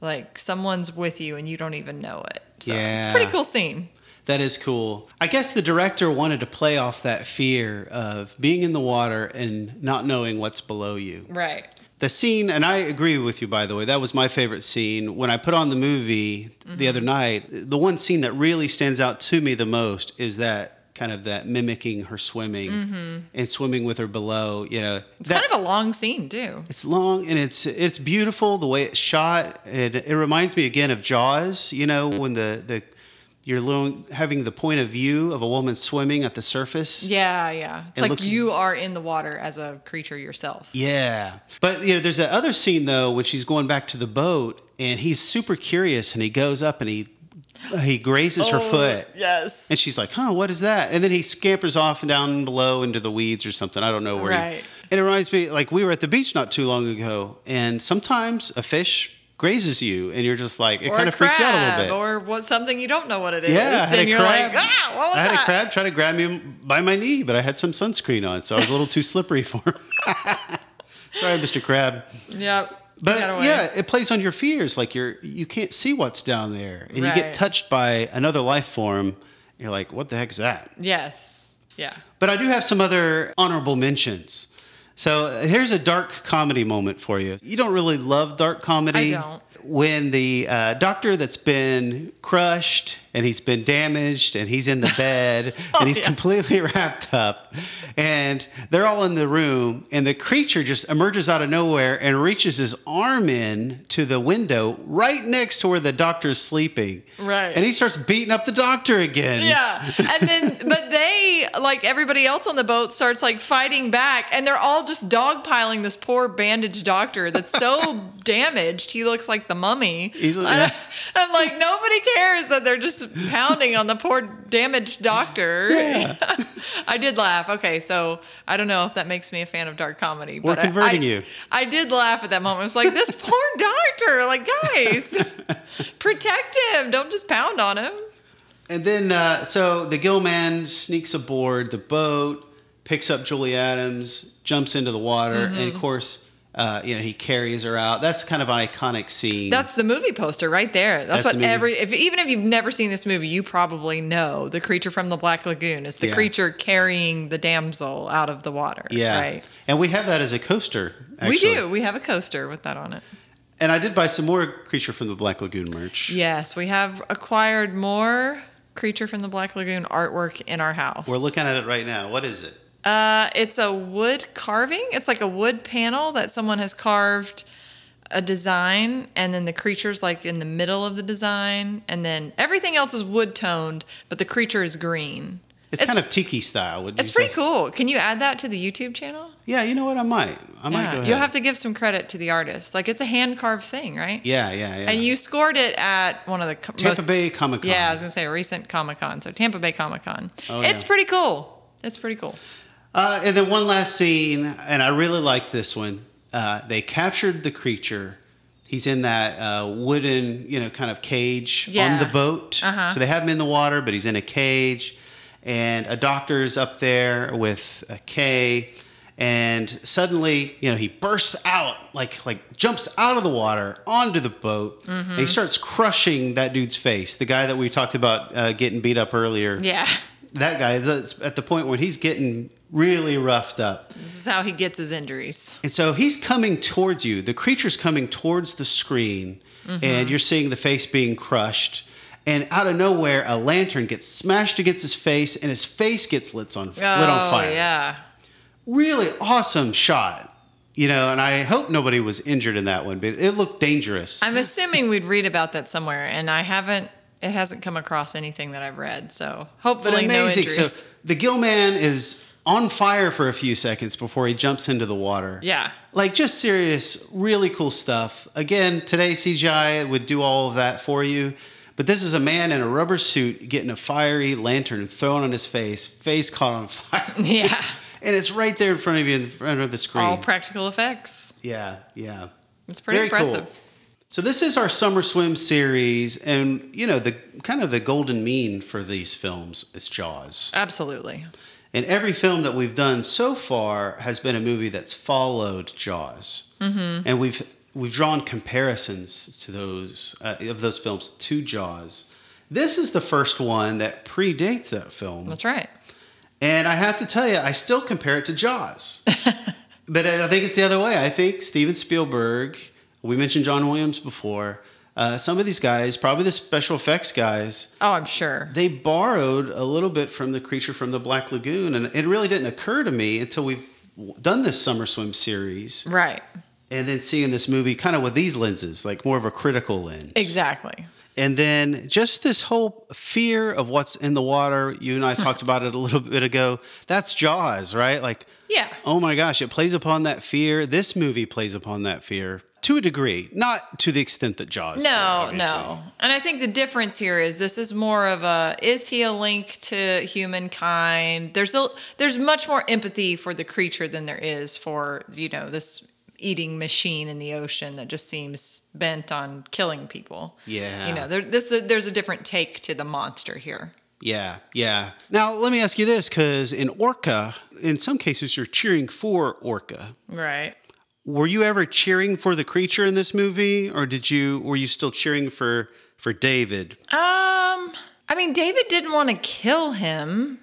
Speaker 2: like someone's with you and you don't even know it. So it's a pretty
Speaker 1: Yeah.
Speaker 2: cool scene.
Speaker 1: That is cool. I guess the director wanted to play off that fear of being in the water and not knowing what's below you.
Speaker 2: Right.
Speaker 1: The scene, and I agree with you, by the way, that was my favorite scene. When I put on the movie
Speaker 2: Mm-hmm.
Speaker 1: the other night, the one scene that really stands out to me the most is that kind of that mimicking her swimming and swimming with her below. You know,
Speaker 2: Mm-hmm. It's kind of a long scene too.
Speaker 1: it's long and it's it's beautiful the way it's shot. It it reminds me again of Jaws. You know when the the you're lo- having the point of view of a woman swimming at the surface.
Speaker 2: Yeah, yeah. It's
Speaker 1: And
Speaker 2: like
Speaker 1: look-
Speaker 2: you are in the water as a creature yourself.
Speaker 1: Yeah. But you know, there's that other scene though when she's going back to the boat and he's super curious and he goes up and he he grazes her foot.
Speaker 2: Oh, Yes.
Speaker 1: And she's like, huh, what is that? And then he scampers off and down below into the weeds or something. I don't know where. he-
Speaker 2: Right.
Speaker 1: It reminds me, like we were at the beach not too long ago, and sometimes a fish grazes you, and you're just like, it
Speaker 2: or
Speaker 1: kind
Speaker 2: a
Speaker 1: of freaks you out a little
Speaker 2: crab,
Speaker 1: bit.
Speaker 2: Or what something you don't know what it is.
Speaker 1: yeah, I had
Speaker 2: and
Speaker 1: a
Speaker 2: you're
Speaker 1: crab.
Speaker 2: like, ah, what was
Speaker 1: I had
Speaker 2: that?
Speaker 1: a crab try to grab me by my knee, but I had some sunscreen on, so I was a little too slippery for him. [laughs] Sorry, Mr. Crab.
Speaker 2: Yep.
Speaker 1: But
Speaker 2: Got away.
Speaker 1: yeah, it plays on your fears. Like you're you can't see what's down there, and you
Speaker 2: Right.
Speaker 1: get touched by another life form. You're like, what the heck is that?
Speaker 2: Yes. Yeah.
Speaker 1: But I do have some other honorable mentions. So uh, here's a dark comedy moment for you. You don't really love dark comedy.
Speaker 2: I don't.
Speaker 1: When the uh, doctor that's been crushed and he's been damaged and he's in
Speaker 2: [laughs]
Speaker 1: the bed and he's
Speaker 2: Oh, yeah.
Speaker 1: completely [laughs] wrapped up and they're all in the room and the creature just emerges out of nowhere and reaches his arm in to the window right next to where the doctor's sleeping.
Speaker 2: Right.
Speaker 1: And he starts beating up the doctor again.
Speaker 2: Yeah.
Speaker 1: [laughs]
Speaker 2: And then, but they, like everybody else on the boat, starts like fighting back, and they're all just dogpiling this poor bandaged doctor
Speaker 1: [laughs]
Speaker 2: that's so damaged. He looks like the mummy.
Speaker 1: He's-
Speaker 2: [laughs] I- I'm like, nobody cares that they're just pounding on the poor damaged doctor. [laughs] I did laugh. Okay. So I don't know if that makes me a fan of dark comedy. We're
Speaker 1: converting
Speaker 2: I,
Speaker 1: you.
Speaker 2: I did laugh at that moment. I was like, this
Speaker 1: [laughs]
Speaker 2: poor doctor, like, guys, protect him. Don't just pound on him.
Speaker 1: And then, uh, so the Gill Man sneaks aboard the boat, picks up Julie Adams, jumps into the water, and
Speaker 2: Mm-hmm.
Speaker 1: of course, uh, you know, he carries her out. That's kind of an iconic scene.
Speaker 2: That's the movie poster right there.
Speaker 1: That's
Speaker 2: That's,
Speaker 1: the
Speaker 2: what
Speaker 1: movie.
Speaker 2: every if even if you've never seen this movie, you probably know the creature from the Black Lagoon is the
Speaker 1: Yeah.
Speaker 2: creature carrying the damsel out of the water.
Speaker 1: yeah.
Speaker 2: Right.
Speaker 1: And we have that as a coaster. Actually.
Speaker 2: We do. We have a coaster with that on it.
Speaker 1: And I did buy some more Creature from the Black Lagoon merch.
Speaker 2: Yes, we have acquired more creature from the Black Lagoon artwork in our house.
Speaker 1: We're looking at it right now. What is it?
Speaker 2: Uh, it's a wood carving. It's like a wood panel that someone has carved a design, and then the creature's like in the middle of the design, and then everything else is wood toned, but the creature is green.
Speaker 1: It's, kind of tiki style. Would
Speaker 2: It's pretty cool. Can you add that to the YouTube channel?
Speaker 1: Yeah, you know what? I might. I might go ahead.
Speaker 2: You'll have to give some credit to the artist. Like it's a hand carved thing, right?
Speaker 1: Yeah, yeah, yeah.
Speaker 2: And you scored it at one of the co-
Speaker 1: Tampa
Speaker 2: most-
Speaker 1: Bay Comic Con.
Speaker 2: Yeah, I was gonna say a recent Comic Con. So Tampa Bay Comic Con.
Speaker 1: Oh,
Speaker 2: it's
Speaker 1: yeah.
Speaker 2: pretty cool. It's pretty cool.
Speaker 1: Uh, and then one last scene, and I really liked this one. Uh, they captured the creature. He's in that uh, wooden, you know, kind of cage
Speaker 2: Yeah.
Speaker 1: on the boat.
Speaker 2: Uh-huh.
Speaker 1: So they have him in the water, but he's in a cage. And a doctor's up there with a K. And suddenly, you know, he bursts out, like like jumps out of the water onto the boat, and
Speaker 2: Mm-hmm.
Speaker 1: he starts crushing that dude's face. The guy that we talked about uh, getting beat up earlier
Speaker 2: Yeah. [laughs]
Speaker 1: that guy that's at the point when he's getting really roughed up.
Speaker 2: This is how he gets his injuries.
Speaker 1: And so he's coming towards you. The creature's coming towards the screen,
Speaker 2: Mm-hmm.
Speaker 1: and you're seeing the face being crushed. And out of nowhere, a lantern gets smashed against his face, and his face gets lit on, lit on fire.
Speaker 2: Oh, Yeah.
Speaker 1: Really awesome shot. You know, and I hope nobody was injured in that one, but it looked dangerous.
Speaker 2: I'm assuming we'd read about that somewhere, and I haven't. It hasn't come across anything that I've read. So
Speaker 1: but
Speaker 2: hopefully, no
Speaker 1: amazing.
Speaker 2: injuries.
Speaker 1: so the Gill Man is on fire for a few seconds before he jumps into the water.
Speaker 2: yeah.
Speaker 1: like just serious, really cool stuff. Again, today CGI would do all of that for you. But this is a man in a rubber suit getting a fiery lantern thrown on his face, face caught on [laughs] fire.
Speaker 2: Yeah.
Speaker 1: and it's right there in front of you, in front of the screen.
Speaker 2: All practical effects.
Speaker 1: yeah, yeah.
Speaker 2: It's pretty
Speaker 1: Very cool.
Speaker 2: impressive.
Speaker 1: So this is our summer swim series, and you know the kind of the golden mean for these films is Jaws.
Speaker 2: Absolutely.
Speaker 1: And every film that we've done so far has been a movie that's followed Jaws, mm-hmm. and we've we've drawn comparisons to those uh, of those films to Jaws. This is the first one that predates that film,
Speaker 2: That's right.
Speaker 1: and I have to tell you, I still compare it to
Speaker 2: [laughs]
Speaker 1: Jaws, but I think it's the other way. I think Steven Spielberg, we mentioned John Williams before. Uh, some of these guys, probably the special effects guys,
Speaker 2: Oh, I'm sure.
Speaker 1: they borrowed a little bit from the creature from the black lagoon and it really didn't occur to me until we've done this summer swim series
Speaker 2: Right.
Speaker 1: and then seeing this movie kind of with these lenses like more of a critical lens
Speaker 2: Exactly.
Speaker 1: And then just this whole fear of what's in the water. You
Speaker 2: [laughs]
Speaker 1: and I talked about it a little bit ago. That's Jaws, right? Like,
Speaker 2: Yeah.
Speaker 1: oh my gosh, it plays upon that fear. This movie plays upon that fear to a degree, not to the extent that Jaws. did,
Speaker 2: No,
Speaker 1: obviously.
Speaker 2: no. And I think the difference here is this is more of a is he a link to humankind? There's a there's much more empathy for the creature than there is for, you know, this eating machine in the ocean that just seems bent on killing people.
Speaker 1: Yeah.
Speaker 2: You know, there, this there's a different take to the monster here.
Speaker 1: Yeah, yeah. Now, let me ask you this because in Orca, in some cases, you're cheering for Orca.
Speaker 2: Right.
Speaker 1: Were you ever cheering for the creature in this movie, or did you were you still cheering for for David?
Speaker 2: Um, I mean, David didn't want to kill him.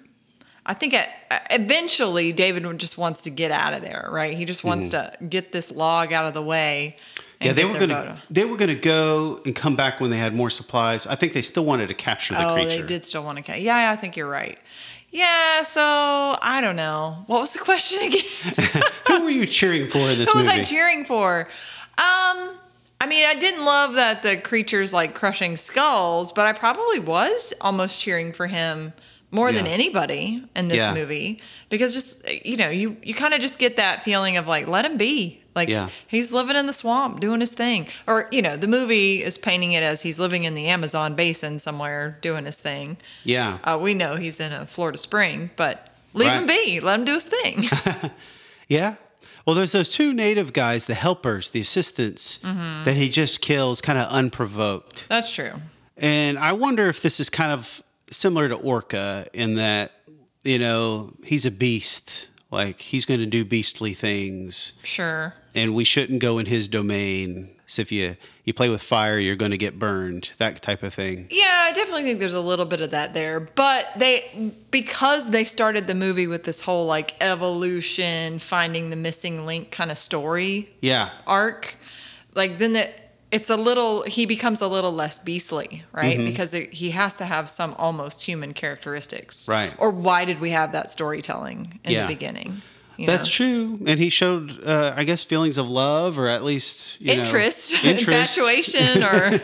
Speaker 2: I think I, I- eventually David would- just wants to get out of there, right? He just wants to get this log out of the way. and
Speaker 1: Mm-hmm. Yeah, they
Speaker 2: get
Speaker 1: were
Speaker 2: their
Speaker 1: gonna
Speaker 2: photo.
Speaker 1: they were gonna go and come back when they had more supplies. I think they still wanted to capture the
Speaker 2: Oh,
Speaker 1: creature.
Speaker 2: they did still want to kill. Yeah, I think you're right. Yeah, so I don't know. What was the question [laughs] again?
Speaker 1: Who were you cheering for in this
Speaker 2: Who was
Speaker 1: movie?
Speaker 2: [laughs] I cheering for? Um, I mean, I didn't love that the creatures like crushing skulls, but I probably was almost cheering for him more than
Speaker 1: Yeah.
Speaker 2: anybody in this
Speaker 1: Yeah.
Speaker 2: movie because just you know, you you kind of just get that feeling of like let him be. Like
Speaker 1: Yeah.
Speaker 2: he's living in the swamp doing his thing. Or you know, the movie is painting it as he's living in the Amazon basin somewhere doing his thing.
Speaker 1: yeah.
Speaker 2: Uh, we know he's in a Florida spring, but leave him
Speaker 1: Right.
Speaker 2: be. Let him do his
Speaker 1: [laughs]
Speaker 2: thing.
Speaker 1: Yeah. Well, there's those two native guys, the helpers, the assistants,
Speaker 2: Mm-hmm.
Speaker 1: that he just kills kind of unprovoked.
Speaker 2: That's true.
Speaker 1: And I wonder if this is kind of similar to Orca in that, you know, he's a beast. Like he's going to do beastly things
Speaker 2: Sure.
Speaker 1: and we shouldn't go in his domain. So if you you play with fire, you're going to get burned. That type of thing.
Speaker 2: Yeah, I definitely think there's a little bit of that there, but they because they started the movie with this whole like evolution, finding the missing link kind of story
Speaker 1: Yeah.
Speaker 2: arc, like then that it's a little he becomes a little less beastly, right?
Speaker 1: Mm-hmm.
Speaker 2: Because it, he has to have some almost human characteristics,
Speaker 1: Right.
Speaker 2: Or why did we have that storytelling in
Speaker 1: Yeah.
Speaker 2: the beginning? you
Speaker 1: That's
Speaker 2: know?
Speaker 1: true, and he showed, uh, I guess, feelings of love, or at least you know,
Speaker 2: Interest, [laughs]
Speaker 1: [laughs]
Speaker 2: infatuation, or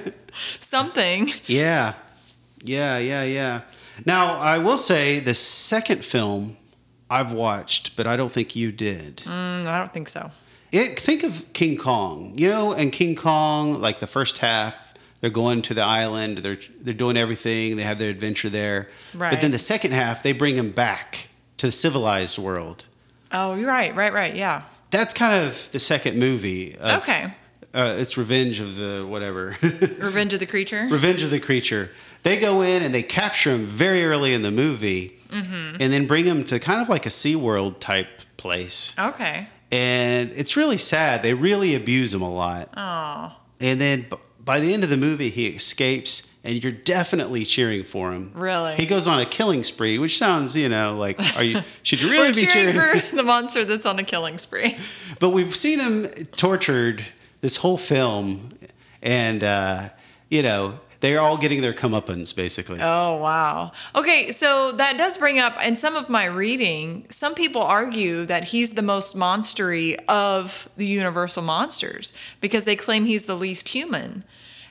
Speaker 2: something.
Speaker 1: Yeah. Yeah, yeah, yeah. Now, I will say the second film I've watched, but I don't think you did.
Speaker 2: Mm, I don't think so.
Speaker 1: It, think of King Kong, you know, and King Kong, like the first half, they're going to the island, they're they're doing everything, they have their adventure there. But
Speaker 2: Right.
Speaker 1: then the second half, they bring him back to the civilized world.
Speaker 2: Oh, you're right, right, right. Yeah.
Speaker 1: That's kind of the second movie. Of,
Speaker 2: Okay.
Speaker 1: Uh, it's Revenge of the whatever. [laughs]
Speaker 2: Revenge of the Creature.
Speaker 1: Revenge of the Creature. They go in and they capture him very early in the movie
Speaker 2: Mm-hmm.
Speaker 1: and then bring him to kind of like a SeaWorld type place.
Speaker 2: Okay.
Speaker 1: And it's really sad. They really abuse him a lot.
Speaker 2: Oh,
Speaker 1: And then b- by the end of the movie, he escapes and you're definitely cheering for him.
Speaker 2: Really?
Speaker 1: He goes on a killing spree, which sounds, you know, like, are
Speaker 2: [laughs]
Speaker 1: you, should you really
Speaker 2: we're
Speaker 1: be
Speaker 2: cheering [laughs] for the monster that's on a killing spree.
Speaker 1: but we've seen him tortured this whole film. And, uh, you know, they're all getting their comeuppance basically.
Speaker 2: Oh wow. Okay, so that does bring up in some of my reading, some people argue that he's the most monstery of the universal monsters because they claim he's the least human.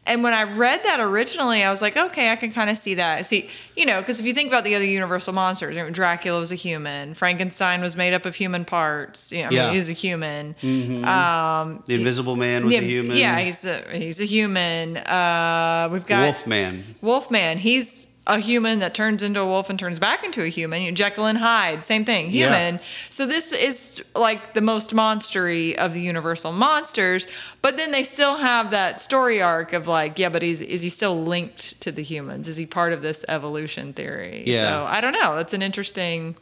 Speaker 2: And when I read that originally, I was like, okay, I can kind of see that. See, you know, because if you think about the other universal monsters, you know, Dracula was a human, Frankenstein was made up of human parts, you know, I mean,
Speaker 1: Yeah.
Speaker 2: he's a human.
Speaker 1: The Invisible Man was a human.
Speaker 2: Yeah, he's a he's a human. Uh, we've got
Speaker 1: Wolfman.
Speaker 2: Wolfman. He's a human that turns into a wolf and turns back into a human. You know, Jekyll and Hyde, same thing,
Speaker 1: Yeah.
Speaker 2: human. So this is like the most monstery of the Universal monsters. But then they still have that story arc of like, yeah, but is is he still linked to the humans? Is he part of this evolution theory?
Speaker 1: Yeah.
Speaker 2: So I don't know. That's an interesting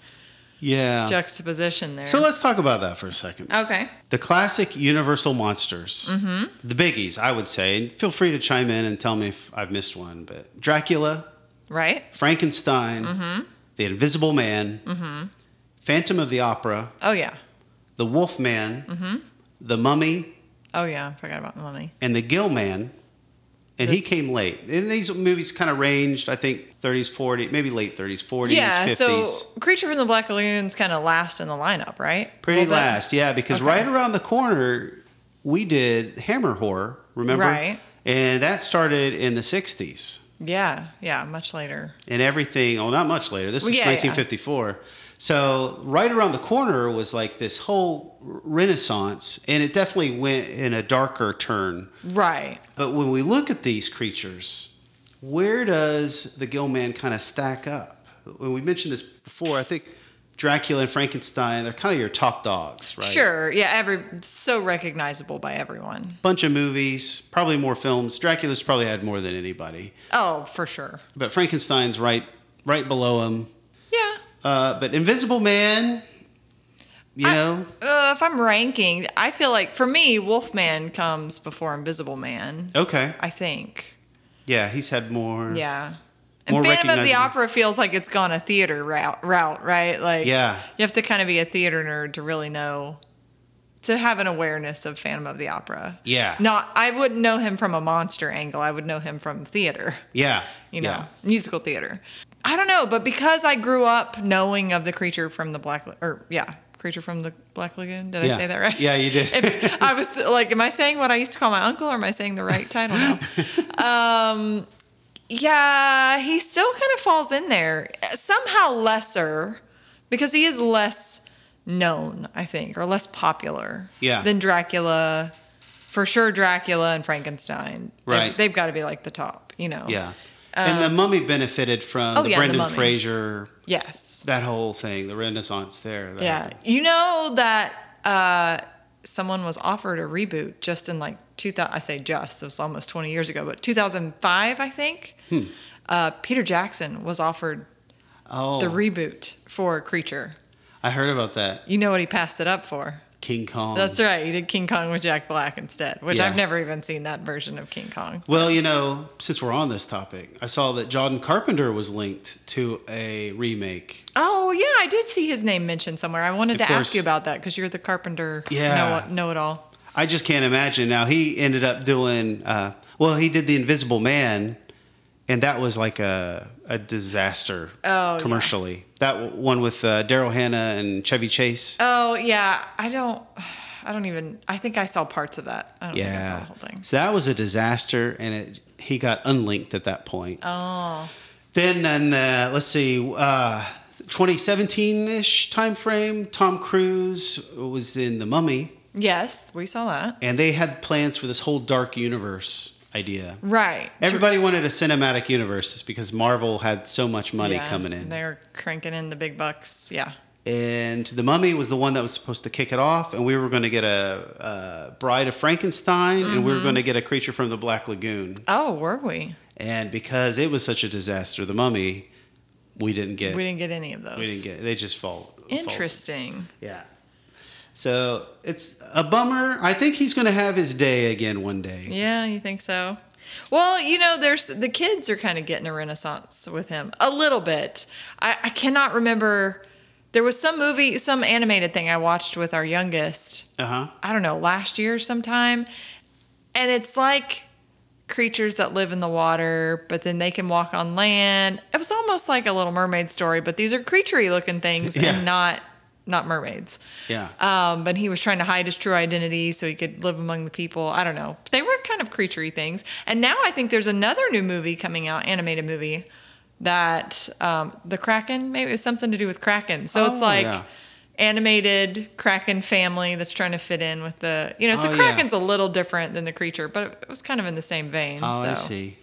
Speaker 1: Yeah.
Speaker 2: juxtaposition there.
Speaker 1: so let's talk about that for a second.
Speaker 2: okay.
Speaker 1: The classic Universal monsters,
Speaker 2: Mm-hmm.
Speaker 1: the biggies, I would say. And feel free to chime in and tell me if I've missed one. But Dracula,
Speaker 2: Right.
Speaker 1: Frankenstein,
Speaker 2: Mm-hmm.
Speaker 1: the Invisible Man, Phantom of the Opera,
Speaker 2: Oh yeah.
Speaker 1: the Wolfman,
Speaker 2: Mm-hmm.
Speaker 1: the Mummy,
Speaker 2: Oh yeah. I forgot about the mummy.
Speaker 1: and the Gill Man. And he
Speaker 2: This-
Speaker 1: came late. And these movies kind of ranged, I think, 30s, 40s, maybe late 30s, 40s,
Speaker 2: Yeah,
Speaker 1: 50s.
Speaker 2: so Creature from the Black Lagoon's kind of last in the lineup, right? A
Speaker 1: Pretty
Speaker 2: little bit?
Speaker 1: last, yeah, because
Speaker 2: Okay.
Speaker 1: right around the corner, we did Hammer Horror, remember?
Speaker 2: Right.
Speaker 1: And that started in the 60s.
Speaker 2: Yeah, yeah, much later.
Speaker 1: and everything. Well, not much later. This
Speaker 2: Well,
Speaker 1: is
Speaker 2: yeah, yeah.
Speaker 1: 1954. So right around the corner was like this whole renaissance, and it definitely went in a darker turn.
Speaker 2: Right.
Speaker 1: But when we look at these creatures, where does the Gill Man kind of stack up? When we mentioned this before, I think Dracula and Frankenstein, they're kind of your top dogs, right?
Speaker 2: Sure. Yeah, every so recognizable by everyone.
Speaker 1: Bunch of movies, probably more films. Dracula's probably had more than anybody.
Speaker 2: Oh, for sure.
Speaker 1: But Frankenstein's right right below him.
Speaker 2: Yeah.
Speaker 1: Uh, but Invisible Man, you know,
Speaker 2: Uh, if I'm ranking, I feel like for me, Wolfman comes before Invisible Man.
Speaker 1: okay,
Speaker 2: I think.
Speaker 1: yeah, he's had more.
Speaker 2: Yeah.
Speaker 1: More
Speaker 2: And Phantom of the
Speaker 1: recognizable.
Speaker 2: Opera feels like it's gone a theater route, route, right? Like,
Speaker 1: Yeah.
Speaker 2: you have to kind of be a theater nerd to really know, to have an awareness of Phantom of the Opera.
Speaker 1: yeah,
Speaker 2: Not, I wouldn't know him from a monster angle. I would know him from theater.
Speaker 1: yeah,
Speaker 2: you know,
Speaker 1: yeah.
Speaker 2: musical theater. I don't know, but because I grew up knowing of the creature from the Black, or yeah, creature from the Black Lagoon. Did
Speaker 1: Yeah.
Speaker 2: I say that right?
Speaker 1: Yeah, you did.
Speaker 2: [laughs] If I was like, am I saying what I used to call my uncle, or am I saying the right title now? um, yeah, he still kind of falls in there somehow lesser because he is less known, I think, or less popular.
Speaker 1: Yeah.
Speaker 2: Than Dracula, for sure. Dracula and Frankenstein. They've-
Speaker 1: Right.
Speaker 2: They've got to be like the top, you know.
Speaker 1: [laughs] yeah. and the Mummy benefited from
Speaker 2: Um, oh,
Speaker 1: the
Speaker 2: yeah, The
Speaker 1: Brendan
Speaker 2: Mummy.
Speaker 1: Fraser,
Speaker 2: Yes.
Speaker 1: that whole thing, the Renaissance there. that
Speaker 2: Yeah.
Speaker 1: happened.
Speaker 2: You know that uh, someone was offered a reboot just in like 2000, I say just, it was almost 20 years ago, but 2005, I think.
Speaker 1: Hmm.
Speaker 2: Uh, Peter Jackson was offered
Speaker 1: Oh,
Speaker 2: the reboot for Creature.
Speaker 1: I heard about that
Speaker 2: You know what he passed it up for?
Speaker 1: King Kong.
Speaker 2: That's right. He did King Kong with Jack Black instead, which
Speaker 1: Oh. Yeah.
Speaker 2: I've never even seen that version of King Kong.
Speaker 1: Well, you know, since we're on this topic, I saw that John Carpenter was linked to a remake.
Speaker 2: Oh, yeah. I did see his name mentioned somewhere. I wanted
Speaker 1: Of
Speaker 2: to ask
Speaker 1: course.
Speaker 2: you about that because you're the carpenter
Speaker 1: Yeah.
Speaker 2: know, know it all.
Speaker 1: I just can't imagine. Now he ended up doing. Uh, well, he did the Invisible Man, and that was like a a disaster
Speaker 2: Oh, yeah.
Speaker 1: commercially. That w- one with uh, Daryl Hannah and Chevy Chase.
Speaker 2: Oh yeah, I don't. I don't even. I think I saw parts of that. Oh, I don't think I saw
Speaker 1: yeah,
Speaker 2: the whole thing.
Speaker 1: so that was a disaster, and it he got unlinked at that point.
Speaker 2: Oh,
Speaker 1: Then and the, let's see, uh, 2017-ish time frame, Tom Cruise was in The Mummy,
Speaker 2: yes, we saw that.
Speaker 1: and they had plans for this whole dark universe idea.
Speaker 2: Right.
Speaker 1: Everybody wanted a cinematic universe just because Marvel had so much money
Speaker 2: Yeah,
Speaker 1: coming in.
Speaker 2: They're cranking in the big bucks. Yeah.
Speaker 1: And The Mummy was the one that was supposed to kick it off, and we were going to get a, a Bride of Frankenstein, and we
Speaker 2: Mm-hmm.
Speaker 1: were going to get a creature from the Black Lagoon.
Speaker 2: Oh, were we?
Speaker 1: And because it was such a disaster, The Mummy, we didn't get.
Speaker 2: We didn't get any of those.
Speaker 1: we didn't get. They just fall. fall-
Speaker 2: Interesting.
Speaker 1: Yeah. So it's a bummer. I think he's going to have his day again one day.
Speaker 2: Yeah, you think so? Well, you know, there's the kids are kind of getting a renaissance with him a little bit. I, I cannot remember. There was some movie, some animated thing I watched with our youngest.
Speaker 1: Uh huh.
Speaker 2: I don't know, last year sometime. And it's like creatures that live in the water, but then they can walk on land. It was almost like a little mermaid story, but these are creaturey looking things
Speaker 1: Yeah.
Speaker 2: and not not mermaids.
Speaker 1: Yeah.
Speaker 2: Um, but he was trying to hide his true identity so he could live among the people. I don't know. They were kind of creaturey things. And now I think there's another new movie coming out, animated movie, that um, the Kraken, maybe it was something to do with Kraken. So it's
Speaker 1: Oh,
Speaker 2: like
Speaker 1: yeah.
Speaker 2: animated Kraken family that's trying to fit in with the, you know, so
Speaker 1: Oh, yeah.
Speaker 2: Kraken's a little different than the creature, but it was kind of in the same vein.
Speaker 1: oh,
Speaker 2: so
Speaker 1: I see.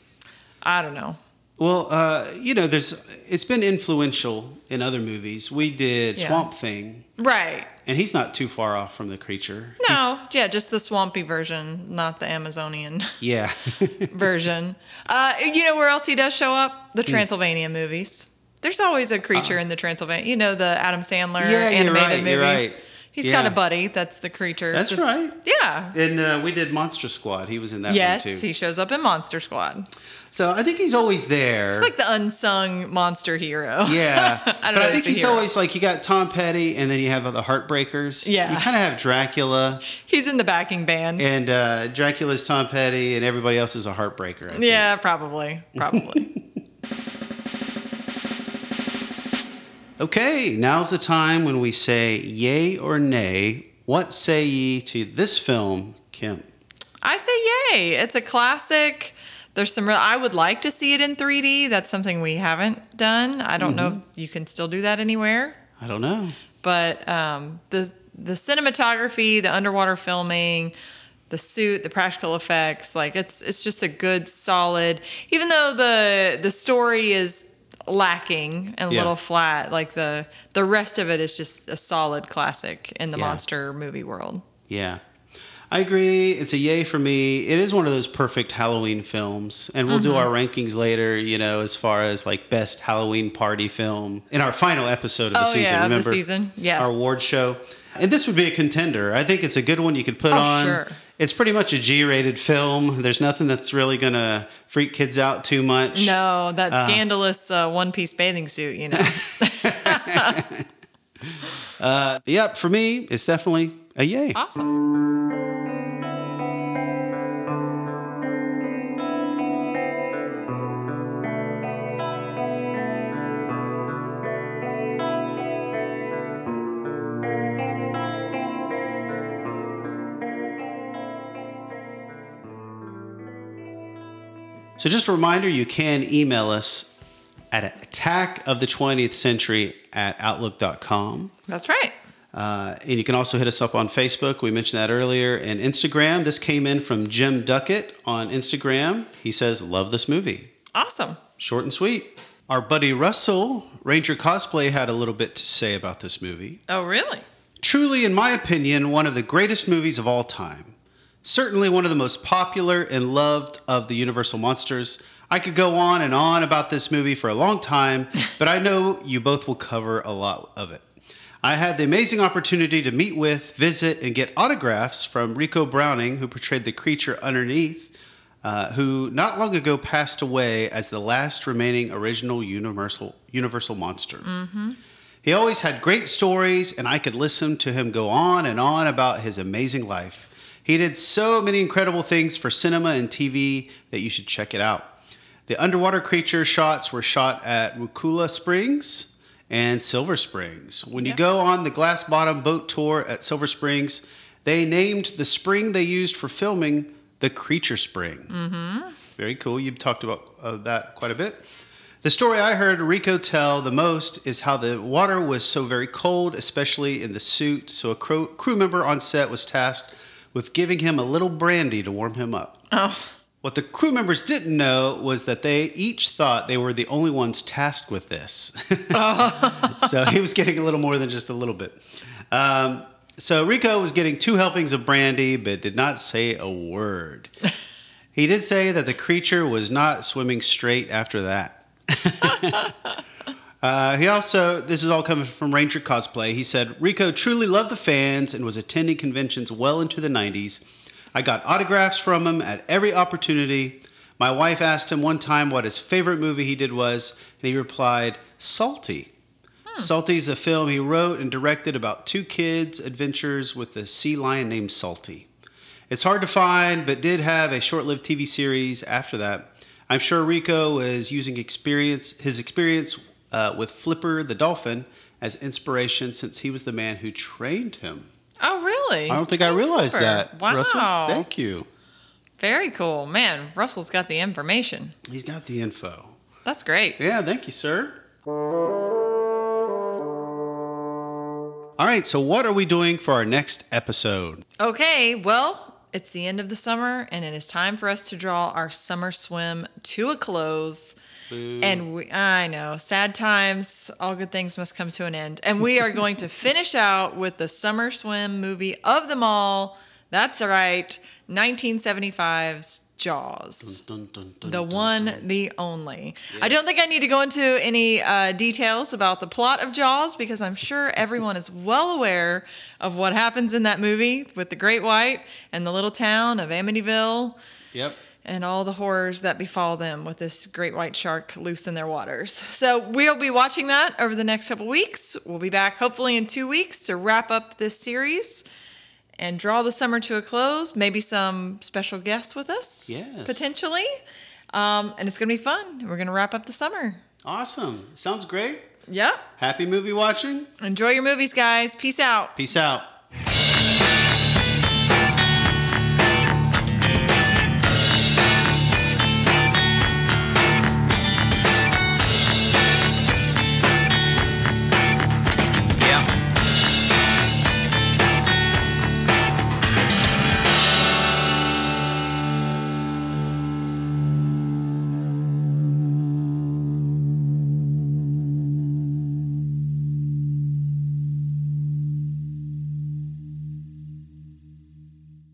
Speaker 2: I don't know.
Speaker 1: Well, uh, you know, there's it's been influential in other movies. We did
Speaker 2: Yeah.
Speaker 1: Swamp Thing,
Speaker 2: Right.
Speaker 1: and he's not too far off from the creature.
Speaker 2: No, yeah, just the swampy version, not the Amazonian. [laughs]
Speaker 1: He's- yeah, [laughs]
Speaker 2: version. Uh, you know where else he does show up?
Speaker 1: Hmm.
Speaker 2: The Transylvania movies. There's always a creature in the Transylvania. You know the Adam Sandler
Speaker 1: Ah. Yeah, you're
Speaker 2: animated
Speaker 1: right,
Speaker 2: movies.
Speaker 1: you're right.
Speaker 2: He's
Speaker 1: Yeah.
Speaker 2: got a buddy that's the creature.
Speaker 1: that's
Speaker 2: The-
Speaker 1: right.
Speaker 2: Yeah.
Speaker 1: And uh, we did Monster Squad. He was in that one
Speaker 2: Yes,
Speaker 1: too.
Speaker 2: he shows up in Monster Squad.
Speaker 1: so I think he's always there.
Speaker 2: It's like [laughs] the unsung monster hero.
Speaker 1: yeah,
Speaker 2: I don't
Speaker 1: but
Speaker 2: know
Speaker 1: I think
Speaker 2: if
Speaker 1: he's
Speaker 2: he's a hero.
Speaker 1: always like you got Tom Petty, and then you have the Heartbreakers.
Speaker 2: Yeah.
Speaker 1: you kind of have Dracula,
Speaker 2: [laughs] He's in the backing band. Yeah,
Speaker 1: and uh, Dracula's Tom Petty, and everybody else is a Heartbreaker. I think.
Speaker 2: probably.
Speaker 1: [laughs]
Speaker 2: Probably.
Speaker 1: Okay, now's the time when we say yay or nay. What say ye to this film, Kim?
Speaker 2: I say yay. It's a classic. There's some real, I would like to see it in 3D. That's something we haven't done. I don't know
Speaker 1: Mm-hmm.
Speaker 2: if you can still do that anywhere,
Speaker 1: I don't know.
Speaker 2: but um, the the cinematography, the underwater filming, the suit, the practical effects, like it's it's just a good solid. Even though the the story is lacking and a
Speaker 1: Yeah.
Speaker 2: little flat, like the the rest of it is just a solid classic in the
Speaker 1: Yeah.
Speaker 2: monster movie world.
Speaker 1: Yeah. I agree. It's a yay for me. It is one of those perfect Halloween films. And we'll
Speaker 2: Mm-hmm.
Speaker 1: do our rankings later, you know, as far as like best Halloween party film in our final episode of the
Speaker 2: Oh,
Speaker 1: season.
Speaker 2: yeah, of the
Speaker 1: Remember
Speaker 2: season. Yes.
Speaker 1: Our award show. And this would be a contender. I think it's a good one you could put
Speaker 2: Oh,
Speaker 1: on.
Speaker 2: sure.
Speaker 1: It's pretty much a G rated film. There's nothing that's really going to freak kids out too much.
Speaker 2: No, that
Speaker 1: Uh-huh.
Speaker 2: scandalous uh, one piece bathing suit, you know.
Speaker 1: [laughs] Yep. For me, it's definitely a yay.
Speaker 2: awesome.
Speaker 1: So just a reminder, you can email us at attack of the 20th century at outlook.com.
Speaker 2: That's right.
Speaker 1: Uh, and you can also hit us up on Facebook. We mentioned that earlier. And Instagram. This came in from Jim Duckett on Instagram. He says, Love this movie.
Speaker 2: Awesome.
Speaker 1: Short and sweet. Our buddy Russell, Ranger Cosplay, had a little bit to say about this movie.
Speaker 2: Oh, really?
Speaker 1: Truly, in my opinion, one of the greatest movies of all time. Certainly one of the most popular and loved of the Universal Monsters. I could go on and on about this movie for a long time, but I know you both will cover a lot of it. I had the amazing opportunity to meet with, visit, and get autographs from Rico Browning, who portrayed the creature underneath, uh, who not long ago passed away as the last remaining original Universal, Universal Monster. He always had great stories, and I could listen to him go on and on about his amazing life. He did so many incredible things for cinema and TV that you should check it out. The underwater creature shots were shot at Rukula Springs and Silver Springs. When you go on the glass bottom boat tour at Silver Springs, they named the spring they used for filming the Creature Spring. Very cool. You've talked about uh, that quite a bit. The story I heard Rico tell the most is how the water was so very cold, especially in the suit, so a crew, crew member on set was tasked with giving him a little brandy to warm him up.
Speaker 2: Oh,
Speaker 1: What the crew members didn't know was that they each thought they were the only ones tasked with this. [laughs] so he was getting a little more than just a little bit. Um, so Rico was getting two helpings of brandy, but did not say a word. he did say that the creature was not swimming straight after that. Uh, he also, this is all coming from Ranger Cosplay. He said, Rico truly loved the fans and was attending conventions well into the 90s. I got autographs from him at every opportunity. My wife asked him one time what his favorite movie he did was, and he replied, Salty. Salty is a film he wrote and directed about two kids' adventures with a sea lion named Salty. It's hard to find, but did have a short-lived TV series after that. I'm sure Rico was using experience, his experience uh, with Flipper the dolphin, as inspiration since he was the man who trained him.
Speaker 2: oh really?
Speaker 1: I don't think I realized
Speaker 2: Flipper.
Speaker 1: that.
Speaker 2: Wow.
Speaker 1: Russell, thank you.
Speaker 2: Very cool. Man, Russell's got the information.
Speaker 1: He's got the info.
Speaker 2: That's great.
Speaker 1: Yeah, thank you, sir. All right, so what are we doing for our next episode?
Speaker 2: Okay, well, it's the end of the summer, and it is time for us to draw our summer swim to a close. And we, I know, sad times, all good things must come to an end. And we are going to finish [laughs] out with the summer swim movie of them all. That's right, 1975's Jaws.
Speaker 1: Dun, dun, dun,
Speaker 2: The
Speaker 1: dun.
Speaker 2: one, the only. I don't think I need to go into any uh, details about the plot of Jaws because I'm sure everyone is well aware of what happens in that movie with the Great White and the little town of Amityville
Speaker 1: Yep.
Speaker 2: and all the horrors that befall them with this great white shark loose in their waters. So we'll be watching that over the next couple weeks. We'll be back hopefully in two weeks to wrap up this series and draw the summer to a close. Maybe some special guests with us,
Speaker 1: Yes.
Speaker 2: potentially. Um, and it's gonna be fun. We're gonna wrap up the summer.
Speaker 1: Awesome. Sounds great.
Speaker 2: Yep.
Speaker 1: Happy movie watching.
Speaker 2: Enjoy your movies, guys. Peace out.
Speaker 1: Peace out.